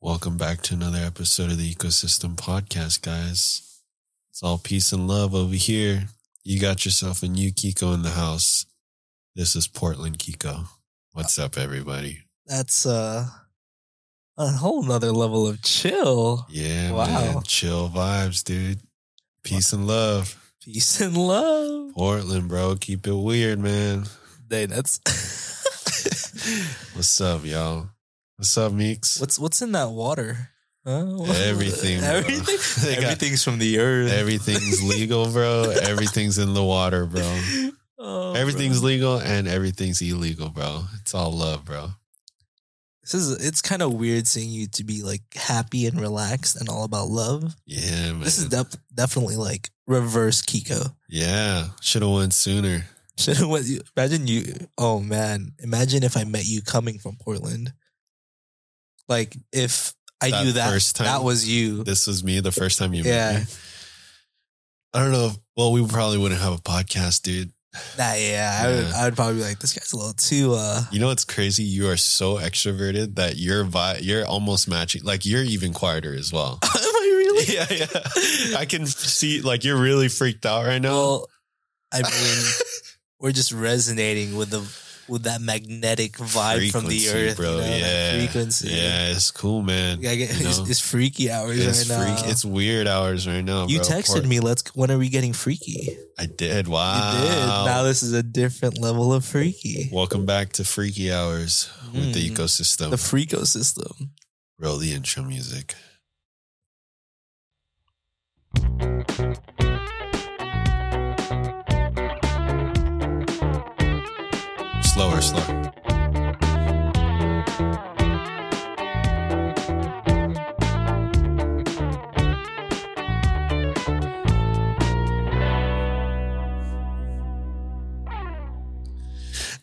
Welcome back to another episode of the Ecosystem Podcast, guys. It's all peace and love over here. You got yourself a new Kiko in the house. This is Portland Kiko. What's up, everybody? That's uh, a whole nother level of chill. Yeah, Wow. man. Chill vibes, dude. Peace and love. Peace and love. Portland, bro. Keep it weird, man. Dang, that's What's up, y'all? What's up, Meeks? what's what's in that water? Huh? What- Everything, bro. Everything. They got- Everything's from the earth. Everything's legal, bro. Everything's in the water, bro. Oh, Everything's bro. legal and everything's illegal, bro. It's all love, bro. This is it's kind of weird seeing you to be like happy and relaxed and all about love. Yeah, man. This is def- definitely like reverse Kiko. yeah. Should have won sooner. Should what you- imagine you? Oh man, imagine if I met you coming from Portland. Like if I That knew that first time? that was you. This was me the first time you met Yeah. me. I don't know. If, well, we probably wouldn't have a podcast, dude. Nah, yeah, I would. Yeah. I would probably be like, this guy's a little too. uh You know what's crazy? You are so extroverted that you're vi- you're almost matching. Like you're even quieter as well. Am I really? yeah, yeah. I can see like you're really freaked out right now. Well, I mean, we're just resonating with the with that magnetic vibe from the Frequency, earth, bro. You know, that Yeah. frequency. yeah, it's cool, man. I get, You it's, know? it's freaky hours It's right now. freak. It's weird hours right now. you bro. texted Poor- me. Let's. When are we getting freaky? I did. You did. Now Wow. this is a different level of freaky. Welcome back to Freaky Hours with the Mm. ecosystem. the freako system. Roll the intro music. Slower, slower.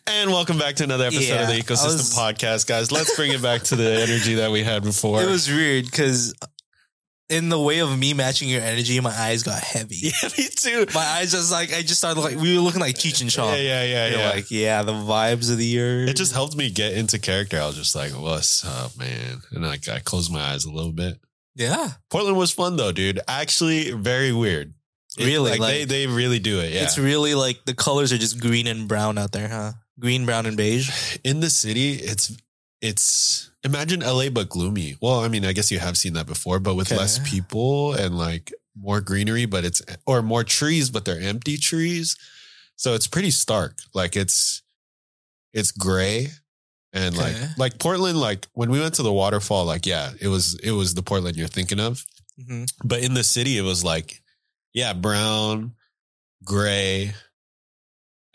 And welcome back to another episode of the Yeah, I Ecosystem was- Podcast, guys. Let's bring it back to the energy that we had before. It was weird because in the way of me matching your energy, my eyes got heavy. yeah, me too. My eyes just like I just started like we were looking like Cheech and Yeah, Chong. yeah, yeah, You're yeah. Like yeah, the vibes of the year. it just helped me get into character. I was just like, "What's up, man?" And like, I closed my eyes a little bit. yeah. Portland was fun though, dude. Actually, very weird. It- Really, like, they like- they really do it. Yeah, It's really like the colors are just green and brown out there, huh? Green, brown, and beige. in the city, it's it's imagine LA but gloomy. Well, I mean, I guess you have seen that before, but with Okay. less people and like more greenery, but it's or more trees, but they're empty trees. So it's pretty stark. Like it's it's gray and Okay. like like Portland like when we went to the waterfall like yeah, it was it was the Portland you're thinking of. Mm-hmm. But in the city it was like yeah, brown, gray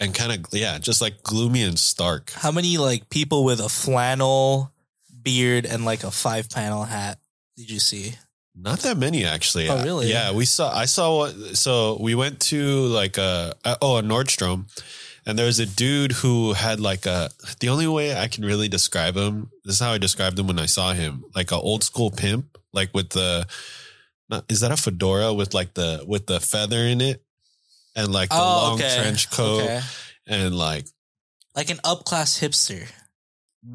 and kind of yeah, just like gloomy and stark. How many like people with a flannel beard and like a five panel hat did you see? Not that many, actually. Oh, really? Yeah, we saw. I saw what. So we went to like a a- oh a Nordstrom, and there was a dude who had like a. The only way I can really describe him. This is how I described him when I saw him, like a old school pimp, like with the. not- Is that a fedora with like the with the feather in it, and like the long trench coat Oh, Okay. and like Like an upclass hipster.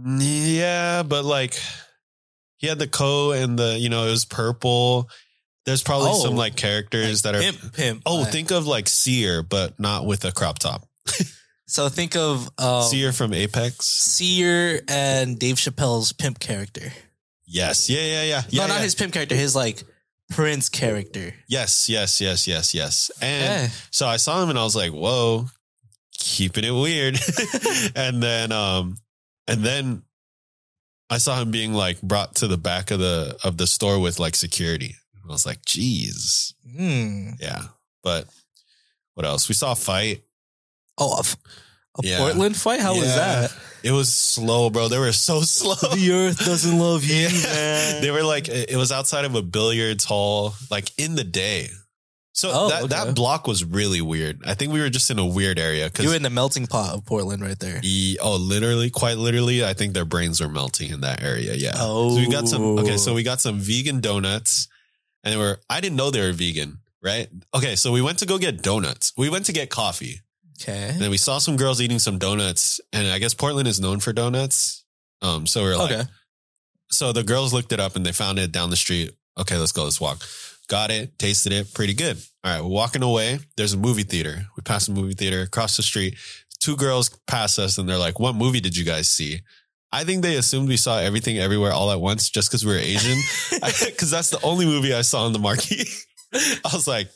yeah, but like he had the coat and the you know it was purple. There's probably Oh. some like characters that are pimp, pimp. Oh, Like- think of like Seer, but not with a crop top. so think of um, Seer from Apex. Seer and Dave Chappelle's pimp character. Yes. Yeah, yeah, yeah. yeah, no, not yeah. his pimp character. His like Prince character. Yes, yes, yes, yes, yes. And Yeah. so I saw him and I was like, whoa, keeping it weird. and then um and then I saw him being like brought to the back of the of the store with like security. I was like, geez. Hmm. Yeah. But what else? We saw a fight. Oh, a, f- a Yeah. Portland fight. How was Yeah. that? It was slow, bro. They were so slow. the Earth doesn't love you, Yeah. man. they were like it was outside of a billiards hall like in the day so Oh, that, okay. that block was really weird i think we were just in a weird area You're because in the melting pot of Portland, right there. oh literally quite literally i think their brains were melting in that area yeah Oh. so we got some okay so we got some vegan donuts and they were i didn't know they were vegan right okay so we went to go get donuts we went to get coffee and okay. then we saw some girls eating some donuts and i guess portland is known for donuts um so we were like Okay. so the girls looked it up and they found it down the street. Okay, let's go. Let's walk. Got it. Tasted it. Pretty good. All right. We're walking away. There's a movie theater. We passed a movie theater across the street. Two girls pass us and they're like, what movie did you guys see? I think they assumed we saw everything everywhere all at once just because we were Asian. Because that's the only movie I saw on the marquee. I was like,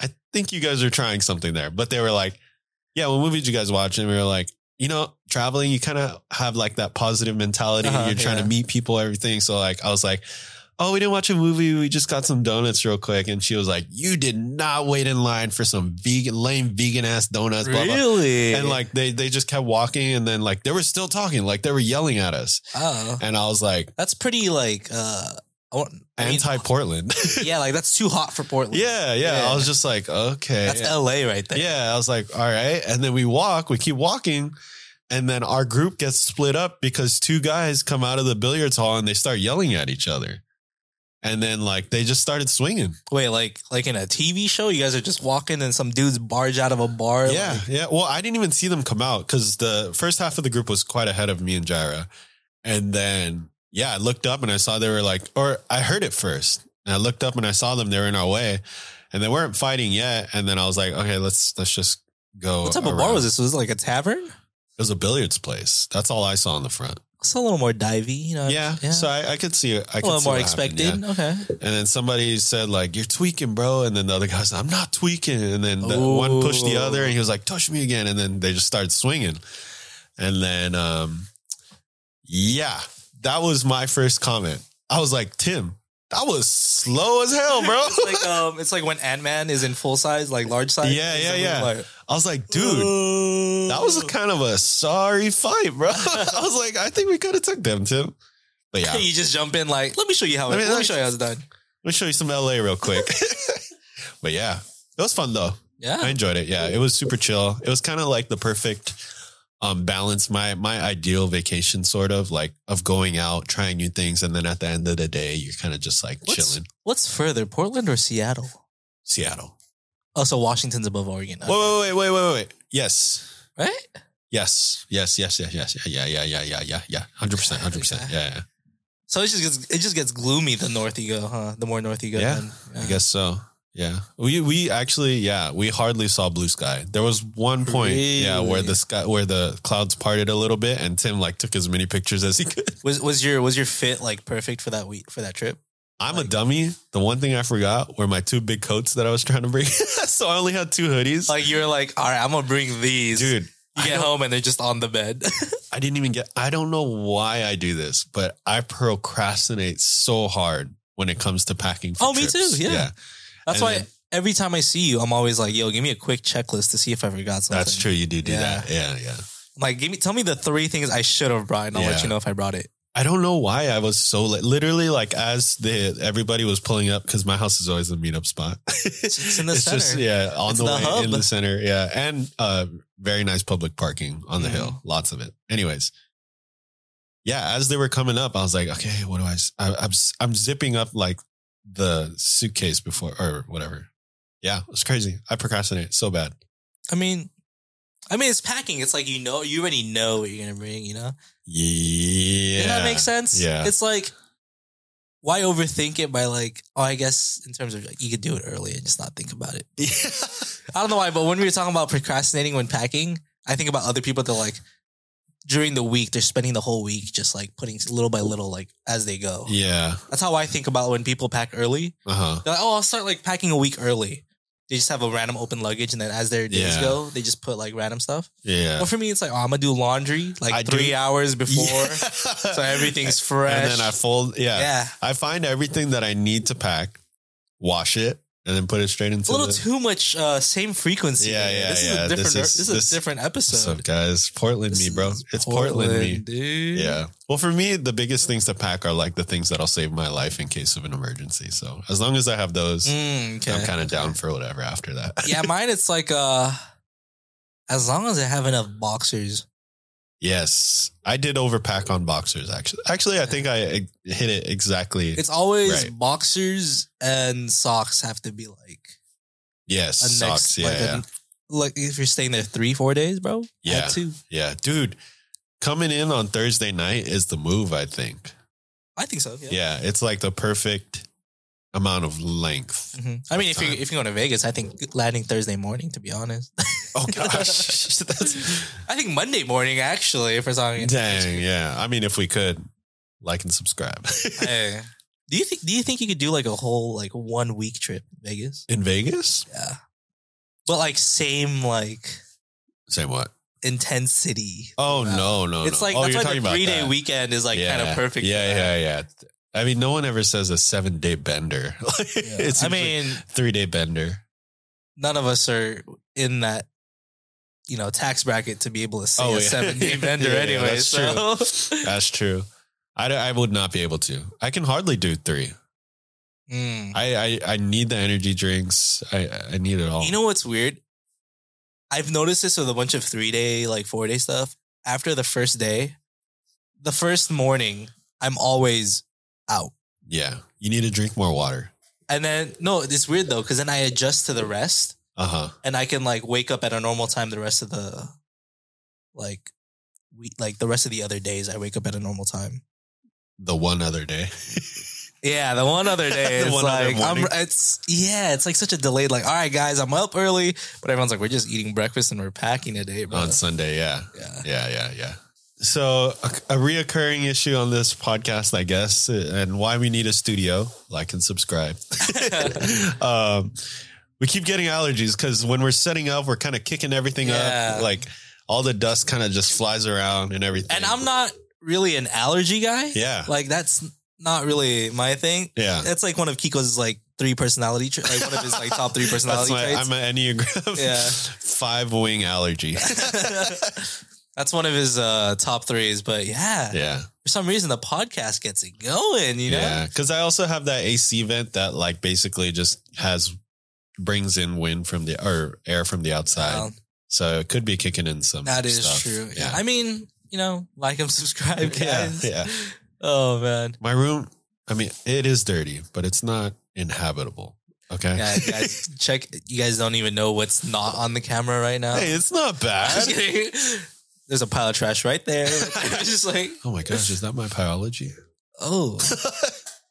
I think you guys are trying something there. But they were like, yeah, what movie did you guys watch? And we were like, you know, traveling, you kind of have like that positive mentality. Uh-huh, You're trying yeah. to meet people, everything. So like, I was like, oh, we didn't watch a movie. We just got some donuts real quick. And she was like, you did not wait in line for some vegan, lame vegan ass donuts. Blah, blah. really? And like they they just kept walking, and then like they were still talking, like they were yelling at us. oh, And I was like, that's pretty like uh, I want- I mean, anti Portland. yeah, like that's too hot for Portland. yeah, yeah, Yeah. I was just like, okay. that's L.A. right there. Yeah, I was like, all right. And then we walk, we keep walking, and then our group gets split up because two guys come out of the billiards hall and they start yelling at each other. And then like they just started swinging. Wait, like like in a TV show, you guys are just walking and some dudes barge out of a bar. Yeah, like- yeah. Well, I didn't even see them come out because the first half of the group was quite ahead of me and Jaira. And then, yeah, I looked up and I saw they were like, or I heard it first. And I looked up and I saw them. They were in our way, and they weren't fighting yet. And then I was like, okay, let's let's just go. what type of bar around. was this? Was it like a tavern? It was a billiards place. That's all I saw in the front. It's a little more divey, you know. yeah, So I, I could see it. I Uh, a could little see more what happened, expected. yeah. Okay. And then somebody said like, "You're tweaking, bro." And then the other guy said, "I'm not tweaking." And then the one pushed the Ooh. other, and he was like, "Touch me again." And then they just started swinging. And then, um, yeah, that was my first comment. I was like, "Tim, that was slow as hell, Oh, bro." it's like um, it's like when Ant Man is in full size, like large size. Yeah, It's yeah, like- yeah. like, I was like, "Dude." ooh. That was a kind of a sorry fight, bro. I was like, I think we could have took them, Tim. But yeah, you just jump in like, let me show you how. Let Let me- me, let me show you how it's done. Let me show you some LA real quick. but yeah, it was fun though. I Yeah. enjoyed it. Yeah, it was super chill. It was kind of like the perfect um, balance. My my ideal vacation, sort of like of going out, trying new things, and then at the end of the day, you're kind of just like What's- chilling. What's further, Portland or Seattle? Seattle. Oh, so Washington's above Oregon. Okay. Wait, wait, wait, wait, wait, wait. Yes. right? Yes, yes, yes, yes, yes, yeah, yeah, yeah, yeah, yeah, yeah, yeah, hundred percent, hundred percent, yeah, So it just gets it just gets gloomy the north you go, huh? The more north you go, Yeah, then. yeah. I guess so. Yeah, we we actually, yeah, we hardly saw blue sky. There was one point, yeah, where Really? the sky, where the clouds parted a little bit, and Tim like took as many pictures as he could. Was was your was your fit like perfect for that week for that trip? I'm a Like- dummy. The one thing I forgot were my two big coats that I was trying to bring. so I only had two hoodies. Like you're like, all right, I'm gonna bring these. Dude, you I get don't- home and they're just on the bed. I didn't even get, I don't know why I do this, but I procrastinate so hard when it comes to packing. For Oh, me trips. too, yeah. That's And why then- every time I see you, I'm always like, yo, give me a quick checklist to see if I forgot something. That's true. You do do Yeah. that. Yeah. Yeah. I'm like, give me tell me the three things I should have brought, and I'll Yeah. let you know if I brought it. I don't know why I was so late. Literally, like as the everybody was pulling up, because my house is always the meetup spot. It's in the It's just center. yeah, on It's the, the way hub. in the center. Yeah, and uh, very nice public parking on the Mhm. hill. Lots of it. Anyways, yeah. As they were coming up, I was like, okay, what do I? s- I am I'm zipping up like the suitcase before or whatever. Yeah, it's crazy. I procrastinate so bad. I mean, I mean, it's packing. It's like you know, you already know what you're gonna bring. You know, Yeah, Doesn't that make sense? Yeah. It's like, why overthink it by like, oh, I guess in terms of like, you could do it early and just not think about it. I don't know why, but when we were talking about procrastinating when packing, I think about other people that like during the week they're spending the whole week just like putting little by little like as they go. yeah. That's how I think about when people pack early. Uh huh. They're like, oh, I'll start like packing a week early. They just have a random open luggage, and then as their days Yeah. go, they just put like random stuff. Yeah. Well, for me, it's like, oh, I'm gonna do laundry like I three do- hours before, so everything's fresh. And then I fold. Yeah. yeah, I find everything that I need to pack, wash it, and then put it straight into a little the too much uh, same frequency. Yeah, yeah, This yeah. is a different. This is- This is, this- a different What's episode. up, guys? Portland This me, bro. is It's Portland, me. dude. Yeah. Well, for me, the biggest things to pack are like the things that'll save my life in case of an emergency. So as long as I have those, Mm, okay. I'm kind of down for whatever after that. yeah, mine. It's like uh, as long as I have enough boxers. yes. I did overpack on boxers, actually. Actually, I think I eh, hit it exactly. It's always Right. boxers and socks have to be like yes. a Socks. next, yeah. like, a- yeah. like if you're staying there three, four days, bro. Yeah. add two. Yeah, dude, coming in on Thursday night is the move. I think I think so. Yeah. Yeah, it's like the perfect amount of length. Mhm. I mean, if you Time. if you're going to Vegas, I think landing Thursday morning. To be honest, Oh gosh, that's I think Monday morning actually for something. dang. Yeah, I mean, if we could like and subscribe Hey. do you think Do you think you could do like a whole like one week trip to Vegas? in Vegas, Yeah, but like same like say what? intensity. Oh Wow. no, no, it's no. like oh, that's you're why talking the about three day that. weekend is like kind of perfect. for Yeah, that. yeah, yeah. I mean, no one ever says a seven day bender. Yeah. it's I mean, three day bender. none of us are in that you know tax bracket to be able to see Oh, a yeah. seven day Yeah, vendor yeah, anyway. that's so That's true. I, d- I would not be able to. I can hardly do three. Mm. I, I, I need the energy drinks. I, I need it all. you know what's weird? I've noticed this with a bunch of three day, like four day stuff. After the first day, the first morning, I'm always out. yeah. You need to drink more water. And then no, it's weird though, because then I adjust to the rest Uh huh. and I can like wake up at a normal time the rest of the like we like the rest of the other days I wake up at a normal time. The one other day. Yeah, the one other day The it's one other like I'm, morning. it's yeah, it's like such a delayed. Like, all right, guys, I'm up early, but everyone's like, we're just eating breakfast and we're packing today, bro. on Sunday. Yeah. yeah, Yeah. Yeah. Yeah. Uh-huh. So, a, a reoccurring issue on this podcast, I guess, and why we need a studio, like and subscribe. um, we keep getting allergies because when we're setting up, we're kind of kicking everything Yeah. up. Like all the dust kind of just flies around and everything. and I'm not really an allergy guy. Yeah. like that's not really my thing. yeah. That's like one of Kiko's like three personality, tra- like one of his like top three That's personality my, traits. I'm an Enneagram Yeah. five wing allergy. that's one of his uh, top threes. But yeah, Yeah. for some reason the podcast gets it going. You know, Yeah. Cause I also have that AC vent that like basically just has brings in wind from the or air from the outside. Well, So it could be kicking in some. That is stuff. true. Yeah. I mean, you know, like and subscribe, Yeah, guys. yeah. Oh man. my room, I mean, it is dirty, but it's not inhabitable. Okay. Yeah, guys, check. You guys don't even know what's not on the camera right now. Hey, it's not I'm just bad. kidding. There's a pile of trash right there. I was just like, Oh my gosh, is that my biology? oh,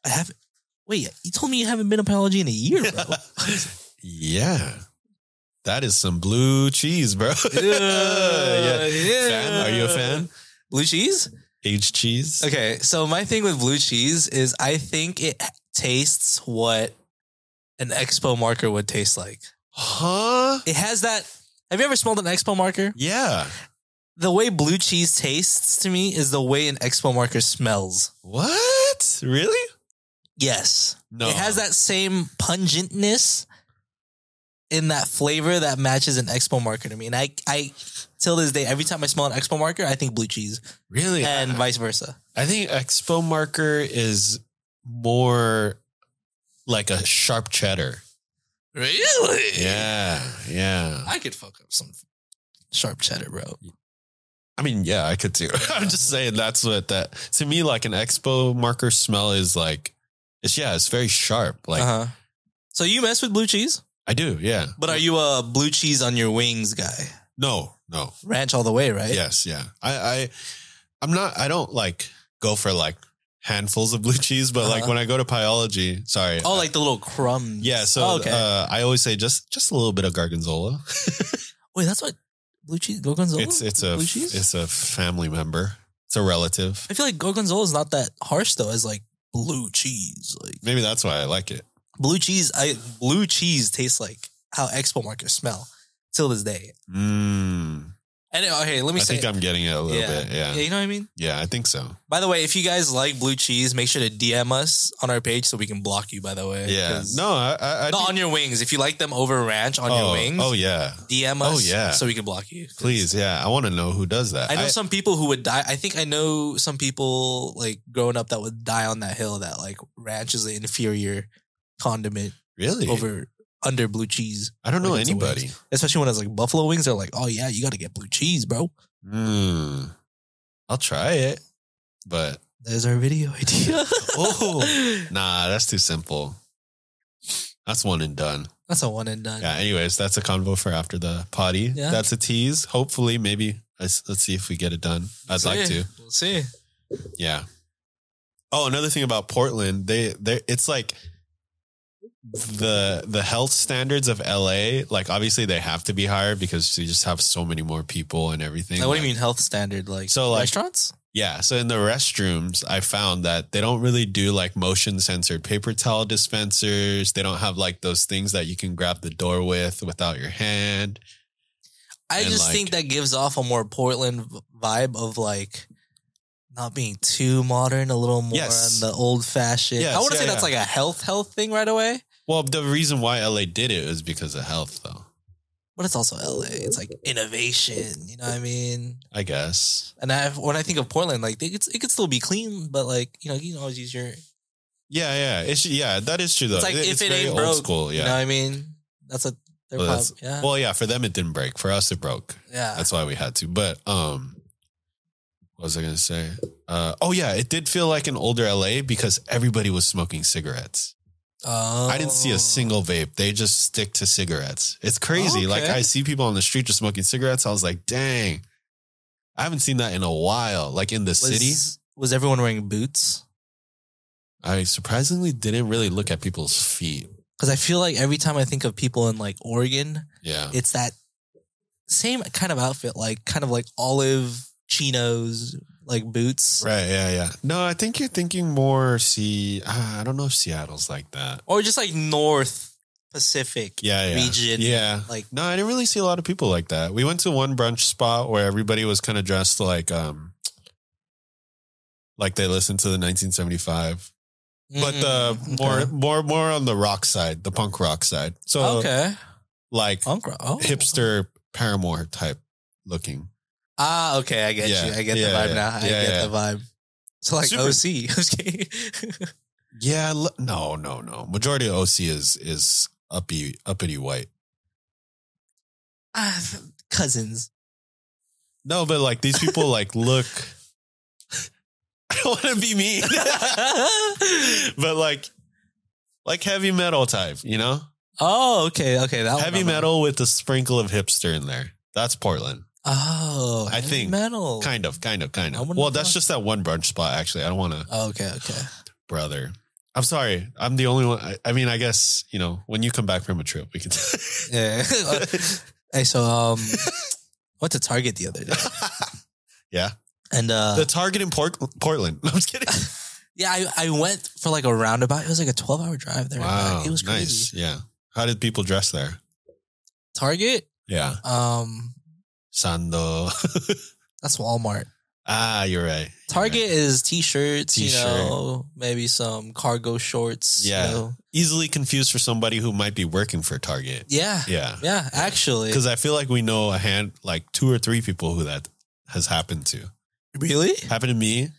I haven't. Wait, you told me you haven't been a biology in a year, bro. yeah. That is some blue cheese, bro. yeah. Fan? Are you a fan? Blue cheese? Aged cheese? Okay, so my thing with blue cheese is I think it tastes what an expo marker would taste like. Huh? It has that. Have you ever smelled an expo marker? Yeah. The way blue cheese tastes to me is the way an expo marker smells. What? Really? Yes. No. It has that same pungentness in that flavor that matches an expo marker to me. And I, I, till this day, every time I smell an expo marker, I think blue cheese Really? and vice versa. I think Expo Marker is more like a sharp cheddar. Really? Yeah. Yeah. I could fuck up some sharp cheddar, bro. I mean, yeah, I could too. I'm just saying that's what that to me like an expo marker smell is like. It's yeah, it's very sharp. Like uh-huh. So you mess with blue cheese, I do, yeah. but are you a blue cheese on your wings guy? No, no, Ranch all the way, right? yes, yeah. I, I, I'm not. I don't like go for like handfuls of blue cheese, but like Uh-huh. when I go to pyology, sorry. Oh, like the little crumbs. yeah. So Oh, okay. uh, I always say just just a little bit of gorgonzola. Wait, that's what blue cheese gorgonzola. It's it's a Oh, blue cheese. it's a family member. It's a relative. I feel like gorgonzola is not that harsh though, as like blue cheese. Like Maybe that's why I like it. blue cheese, I blue cheese tastes like how expo markers smell till this day. Mm. And it- okay, let I me say, think I'm getting it a little Yeah. bit. Yeah. yeah, you know what I mean. Yeah, I think so. By the way, if you guys like blue cheese, make sure to DM us on our page so we can block you. By the way, Yeah. 'cause- No, I, I, I No, think- on your wings. If you like them over ranch on oh, your wings, Oh yeah. DM Oh, us yeah. so we can block you. 'Cause Please, yeah. I want to know who does that. I know I- some people who would die. I think I know some people like growing up that would die on that hill that like ranch is an inferior condiment really. over under blue cheese, I don't know Like, it's a anybody. especially when it's like buffalo wings. They're like, oh yeah, you got to get blue cheese, bro. Mm. I'll try it, but There's our video idea. Oh. nah, that's too simple. That's one and done. that's a one and done. Yeah. Anyways, that's a convo for after the potty. Yeah. That's a tease. Hopefully, maybe let's, let's see if we get it done. I'd like to. We'll see. Yeah. Oh, another thing about Portland, they they it's like the the health standards of LA, like obviously they have to be higher because you just have so many more people and everything. Like, what Like, do you mean health standard? Like So, like- restaurants? Yeah, so in the restrooms, I found that they don't really do like motion censored paper towel dispensers. They don't have like those things that you can grab the door with without your hand. I and, just like- think that gives off a more Portland v- vibe of like not being too modern, a little more Yes. on the old fashioned. Yes, I want to yeah, say that's yeah. like a health health thing right away, Well, the reason why LA did it was because of health, though. but it's also LA. It's like innovation. You know what I mean? I guess. And I when I think of Portland, like it could, it could still be clean, but like you know you can always use your. Yeah, yeah, it's, yeah. That is true though. It's like if it very ain't old broke, school. You Yeah. know what I mean? That's a their Well, pop. that's- Yeah, Well, yeah. For them, it didn't break. For us, it broke. yeah. That's why we had to. But um, what was I gonna say? Uh, oh yeah, it did feel like an older LA because everybody was smoking cigarettes. I didn't see Oh. a single vape. They just stick to cigarettes. It's crazy. Okay. Like I see people on the street just smoking cigarettes. I was like, dang, I haven't seen that in a while. Like in the Was- city, Was everyone wearing boots? I surprisingly didn't really look at people's feet. Because I feel like every time I think of people in like Oregon, Yeah. it's that same kind of outfit, like kind of like olive chinos, like boots, Right, yeah, yeah. No, I think you're thinking more. See, ah, I don't know if Seattle's like that. or just like North Pacific Yeah, yeah, region. yeah. Like No, I didn't really see a lot of people like that. We went to one brunch spot where everybody was kind of dressed like um like they listened to the 1975, but the Mm, more okay. more more on the rock side, the punk rock side. So okay like punk rock oh. hipster Paramore type looking. Ah, okay, I get Yeah, you. I get yeah, the vibe yeah, now. I yeah, get yeah. the vibe. So like Super- OC, I'm just kidding. Yeah, l- no, no, no. Majority of OC is is uppy uppity white. Ah, cousins. No, but like these people like look. I don't want to be mean, oh, but like, like heavy metal type, you know, Oh, okay, okay. That one heavy I'm- metal with a sprinkle of hipster in there. That's Portland, Oh, I heavy think. metal. kind of, kind of, kind I of. wouldn't Well, have that's thought- just that one brunch spot. Actually, I don't want to, Oh, okay, okay. brother. I'm sorry, I'm the only one. I, I mean, I guess you know when you come back from a trip, we can. Yeah. hey, so um, went to Target the other day, and uh, the Target in Port- Portland. I'm just kidding. yeah, I, I went for like a roundabout. It was like a twelve hour drive there. and Wow, back. it was crazy. nice. Yeah. How did people dress there? Target, Yeah, um, Sando. that's Walmart. ah, you're right. Target is t-shirts, T-shirt. you know, maybe some cargo shorts. you Yeah. know. easily confused for somebody who might be working for Target. yeah, yeah, Yeah. Actually, Because I feel like we know a hand, like two or three people who that has happened to. really, Happened to me,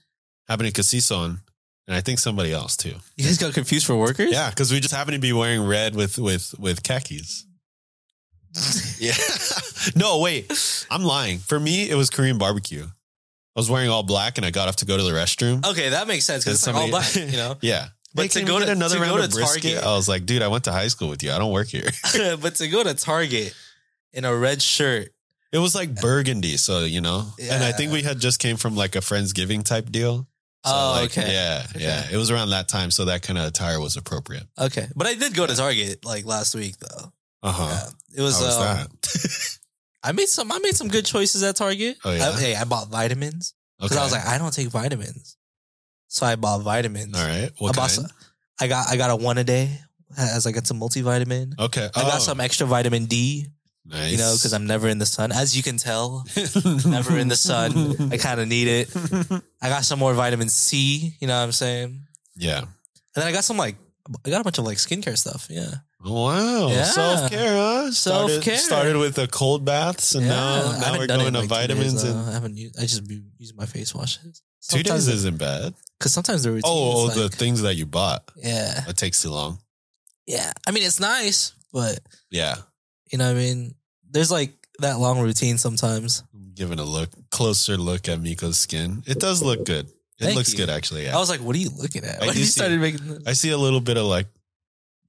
happened to Casison, and I think somebody else too. you guys got confused for workers? Yeah. Because we just happen to be wearing red with, with, with khakis. Yeah. no, wait. I'm lying. For me, it was Korean barbecue. I was wearing all black and I got up to go to the restroom. Okay, that makes sense because it's like all Somebody- black, you know. Yeah. Oh. But They to came go get to- another to go round to of brisket, Target- I was like, dude, I went to high school with you. I don't work here. but to go to Target in a red shirt It was like burgundy, so you know. And I Yeah. think we had just came from like a friendsgiving type deal. So Oh, like, okay. Yeah, yeah. It was around that time, so that kind of attire was appropriate. Okay, but I did go to Target like last week though. Uh huh. Yeah. It was, How was um, that? I made some I made some good choices at Target. Oh, yeah? I, hey, I bought vitamins because Okay. I was like I don't take vitamins, so I bought vitamins. all right. What I bought kind? some- I got I got a one a day as I got some multivitamin. okay. I Oh, got some extra vitamin D, Nice. you know, because I'm never in the sun. As you can tell, never in the sun. I kind of need it. I got some more vitamin C, you know what I'm saying? And yeah. then I got some like, I got a bunch of like skincare stuff. Yeah. Wow. Yeah. Self care, huh? Started- Self-care. Started with the cold baths, and Yeah, I now now haven't we're done it going in, to like, two vitamins. days, though. and I haven't. Used, I just be using my face washes. two days isn't bad. because sometimes the routine. Oh, is the like- things that you bought. Yeah, It takes too long. yeah. I mean, it's nice, but Yeah. you know, what I mean, there's like that long routine sometimes. giving a look closer look at Miko's skin. It does look good. It Thank looks you. good actually. I Yeah. was like, "What are you looking at?" I When do you see started making the I see a little bit of like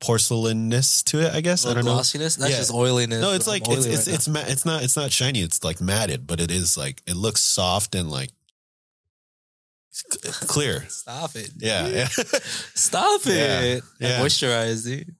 porcelainness to it, I guess. I the don't know. glossiness, that's Yeah. just oiliness. No, it's I'm like oily it's it's right it's, ma- it's not it's not shiny. It's like matted, but it is like it looks soft and like clear. Stop it. Yeah, yeah. Stop it. Yeah, yeah. I moisturize, dude.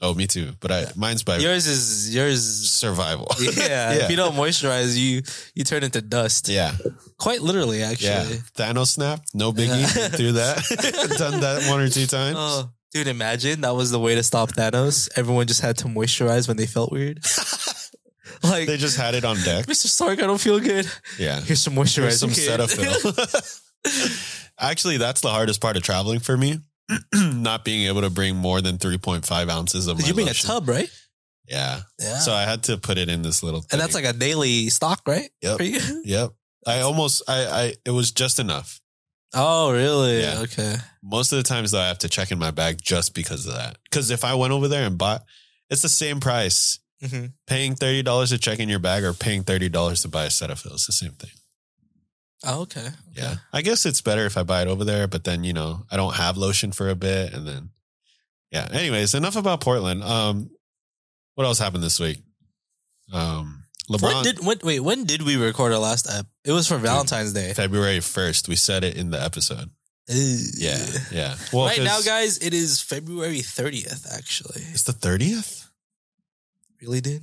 Oh, me too. But I mine's by Yours is yours. survival. Yeah, If you don't moisturize, you you turn into dust. yeah, Quite literally, yeah. actually. Thanos snap, no biggie. Yeah. Through that, done that one or two times. Oh, dude, imagine that was the way to stop Thanos. Everyone just had to moisturize when they felt weird. like, They just had it on deck. Mr. Stark, I don't feel good. Yeah, Here's some moisturizer. Here's some kid. Cetaphil. Actually, that's the hardest part of traveling for me. Not being able to bring more than 3.5 ounces of my you bring lotion. a tub, right? Yeah. Yeah. So I had to put it in this little thing. Ah. and that's like a daily stock, right? Yep. For you? Yep. I almost I I it was just enough. Oh, really? Yeah. Okay. Most of the times though I have to check in my bag just because of that. Cuz if I went over there and bought it's the same price. hmm Paying $30 to check in your bag or paying $30 to buy a Cetaphil is the same thing. Oh, okay. Yeah. I guess it's better if I buy it over there, but then, you know, I don't have lotion for a bit and then yeah. Anyways, enough about Portland. Um what else happened this week? Um When LeBron did when, wait? When did we record our last ep? It was for Valentine's Day. February 1st. We said it in the episode. Ew. Yeah. Yeah. Well, right 'cause now, guys, it is February thirtieth. Actually, It's the 30th? really, dude.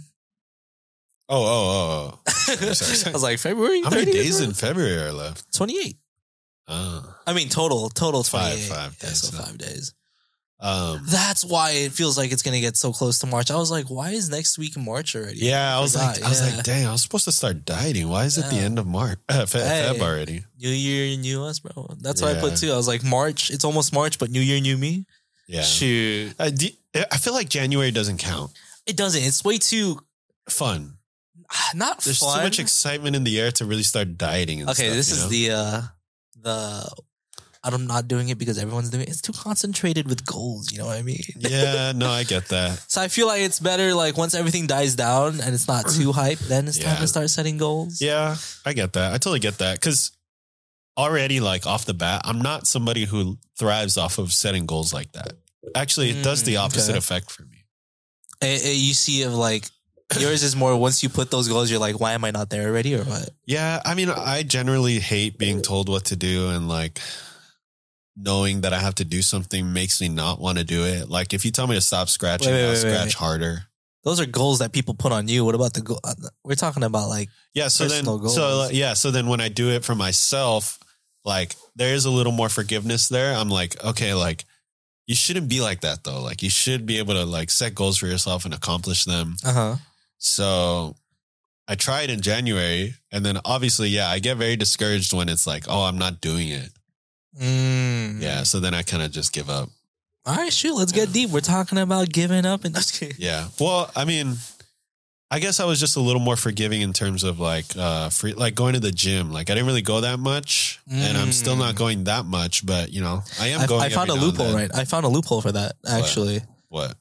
Oh, oh, oh, I sorry, sorry. was like February. oh. How many days in February are left? twenty-eight? Oh. I mean, total total Five- twenty-eight. five Yeah, days, so huh? five days. Um, That's why it feels like it's gonna get so close to March. I was like, why is next week March already? yeah, I was like, forgot, I was yeah. like, dang, I was supposed to start dieting. Why is it the Yeah. end of March? Uh, Fe- Hey. Feb already. New year, new us, bro. That's what I Yeah. put too. I was like, March. It's almost March, but new year, new me. Yeah. Uh, Shoot, I, d- I feel like January doesn't count. it doesn't. It's way too Fun. not There's fun. too much excitement in the air to really start dieting. And okay, stuff, this you is know? the uh the I'm not doing it because everyone's doing it. It's too concentrated with goals, you know what I mean? yeah, no, I get that. So I feel like it's better like once everything dies down and it's not too hype, then it's time Yeah. to start setting goals. Yeah, I get that. I totally get that because already, like off the bat, I'm not somebody who thrives off of setting goals like that. Actually, it does Mm, the opposite okay. effect for me. Eh, eh, you see of like yours is more once you put those goals, you're like, why am I not there already or what? Yeah, I mean, I generally hate being told what to do and like knowing that I have to do something makes me not want to do it. Like if you tell me to stop scratching, Wait, wait, I'll wait, wait, scratch wait. harder. Those are goals that people put on you. What about the goal? We're talking about like Yeah, so Personal then goals. so like, yeah, so then when I do it for myself, like there is a little more forgiveness there. I'm like, okay, like you shouldn't be like that though. Like you should be able to like set goals for yourself and accomplish them. uh huh. So I tried in January and then obviously, yeah, I get very discouraged when it's like, oh, I'm not doing it. Mm. Yeah. So then I kind of just give up. All right, shoot, let's get deep. We're talking about giving up and just kidding. Yeah. Well, I mean, I guess I was just a little more forgiving in terms of like uh free like going to the gym. Like I didn't really go that much and I'm still not Mm. going that much, but you know, I am I, going I found a every now and loophole, then. right? I found a loophole for that actually. What?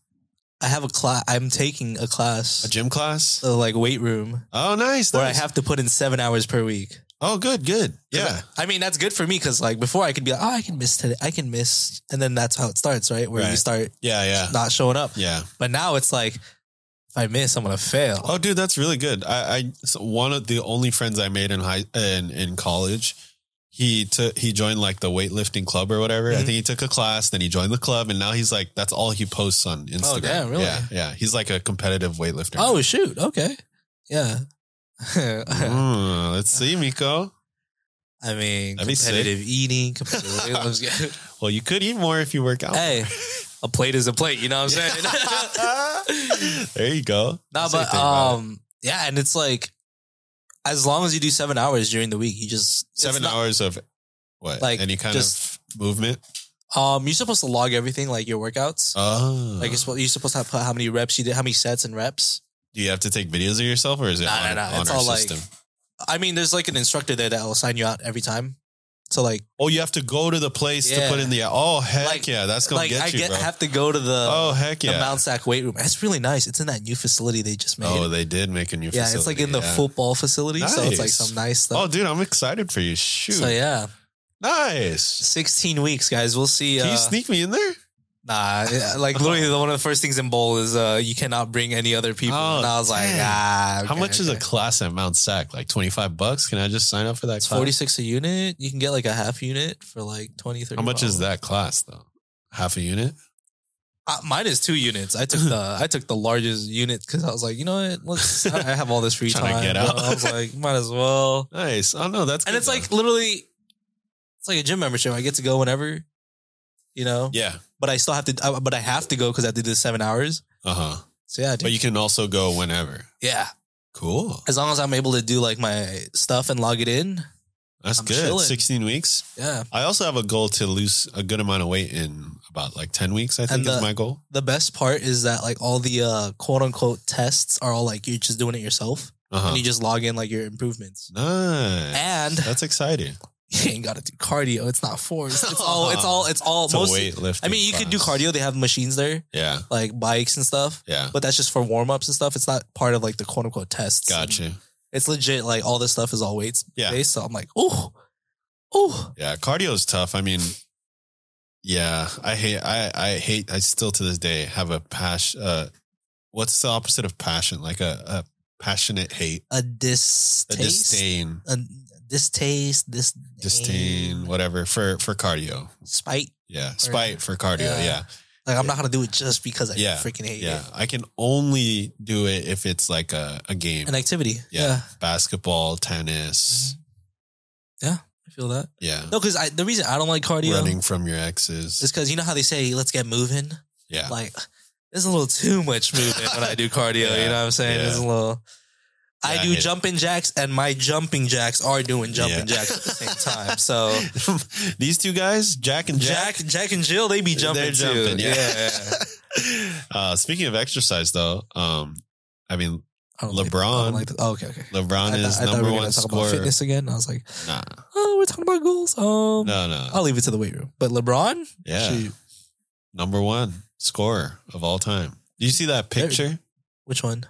I have a class. I'm taking a A class, gym class? uh, like weight room, Oh, nice. where I nice. have to put in seven hours per week. Oh, good, good. Yeah. I mean that's good for me because like before I could be like, oh, I can miss today, I can miss, and then that's how it starts, right? Where you Right. start Yeah, yeah. not showing up. Yeah. But now it's like, if I miss, I'm gonna fail. Oh, dude, that's really good. I, I so one of the only friends I made in high in in college. He took he joined like the weightlifting club or whatever. I Mhm. think he took a class, then he joined the club, and now he's like that's all he posts on Instagram. Oh, damn, really? Yeah, yeah. He's like a competitive weightlifter. Oh shoot, okay, yeah. Mm, let's see, Miko. I mean, That'd be sick. competitive eating. Competitive I'm just kidding. Well, you could eat more if you work out. hey, a plate is a plate. You know what I'm saying? there you go. No, That's how you but think about it. um, yeah, and it's like as long as you do seven hours during the week, you just it's seven not- hours of what? like, any kind just- of movement. Um, you're supposed to log everything like your workouts. Oh, like you're supposed, you're supposed to have put how many reps you did, how many sets and reps. do you have to take videos of yourself, or is it No, no, on, no, on it's our all, like, system? I mean, there's like an instructor there that will sign you out every time. So like, Oh, you have to go to the place to Yeah. put in the. Oh heck Like- yeah, that's gonna like get I you, get bro. have to go to the oh heck the yeah. Mount Sac weight room. It's really nice. It's in that new facility they just made. Oh, they did make a new. yeah, facility. it's like in the yeah. football facility, so it's like Nice. some nice Oh, stuff. dude, I'm excited for you. Shoot, so yeah, nice. 16 weeks, guys. We'll see. Can uh, you sneak me in there? Nah, yeah, like literally, the, one of the first things in bowl is uh, you cannot bring any other people. Oh, and I was like, dang. ah, How okay, much is a okay. class at Mount Sac? Like 25 bucks? Can I just sign up for that It's class? forty six a unit. You can get like a half unit for like 20, 30 How much is bucks. that class though? Half a unit? Uh, mine is two units. I took the I took the largest unit because I was like, you know what? Let's. I I have all this free Tryna time. get out. I was like, might as well. Nice. Oh no, that's And good, it's though. like literally, it's like a gym membership. I get to go whenever, you know. yeah. But I still have to. I, but I have to go because I did this seven hours. Uh huh. So yeah, But dude. you can also go whenever. yeah. Cool. As long as I'm able to do like my stuff and log it in, That's I'm good. chilling. 16 weeks. yeah. I also have a goal to lose a good amount of weight in about like 10 weeks, I think the- is my goal. The best part is that like all the uh, quote unquote tests are all like you're just doing it yourself Uh huh. and you just log in like your improvements. Nice. And That's exciting. you ain't gotta do cardio. It's not forced. It's all. It's all. It's all. It's mostly. a weightlifting. I mean, you could do class. cardio. They have machines there, Yeah. like bikes and stuff. Yeah. But that's just for warm ups and stuff. It's not part of like the quote unquote tests. Gotcha. It's legit. Like all this stuff is all weights Yeah. based. So I'm like, oh, oh, Yeah, cardio is tough. I mean, yeah, I hate. I I hate. I still to this day have a passion. Uh, what's the opposite of passion? Like a, a passionate hate, a a distaste, disdain, a distaste, this disdain, whatever for for cardio. spite. Yeah, spite for cardio. Yeah. Yeah, Like I'm not gonna do it just because I Yeah. freaking hate yeah. I can only do it if it's like a a game. it. An activity. Yeah. Yeah. Basketball, tennis. Mhm. Mm-hmm. Yeah. I feel that. Yeah. No, because I the reason I don't like cardio Running from your exes. is because you know how they say let's get moving. yeah. Like there's a little too much movement when I do cardio. Yeah. You know what I'm saying? Yeah. There's a little. Yeah, I I do hate it. jumping jacks, and my jumping jacks are doing jumping Yeah. jacks at the same time. So These two guys, Jack and Jack, oh. Jack, Jack and Jill, they be They're jumping too. jumping, yeah. yeah. uh, speaking of exercise, though, um, I mean, I don't like- I LeBron. don't Like, that. oh, okay, okay. LeBron I, thought- is I thought we number were gonna one talk about scorer. fitness again. I was like, Nah, oh, we're talking about goals. Um, no, no, I'll leave it to the weight room. But LeBron, yeah, shoot. number one scorer of all time. Do you see that There- picture Which one?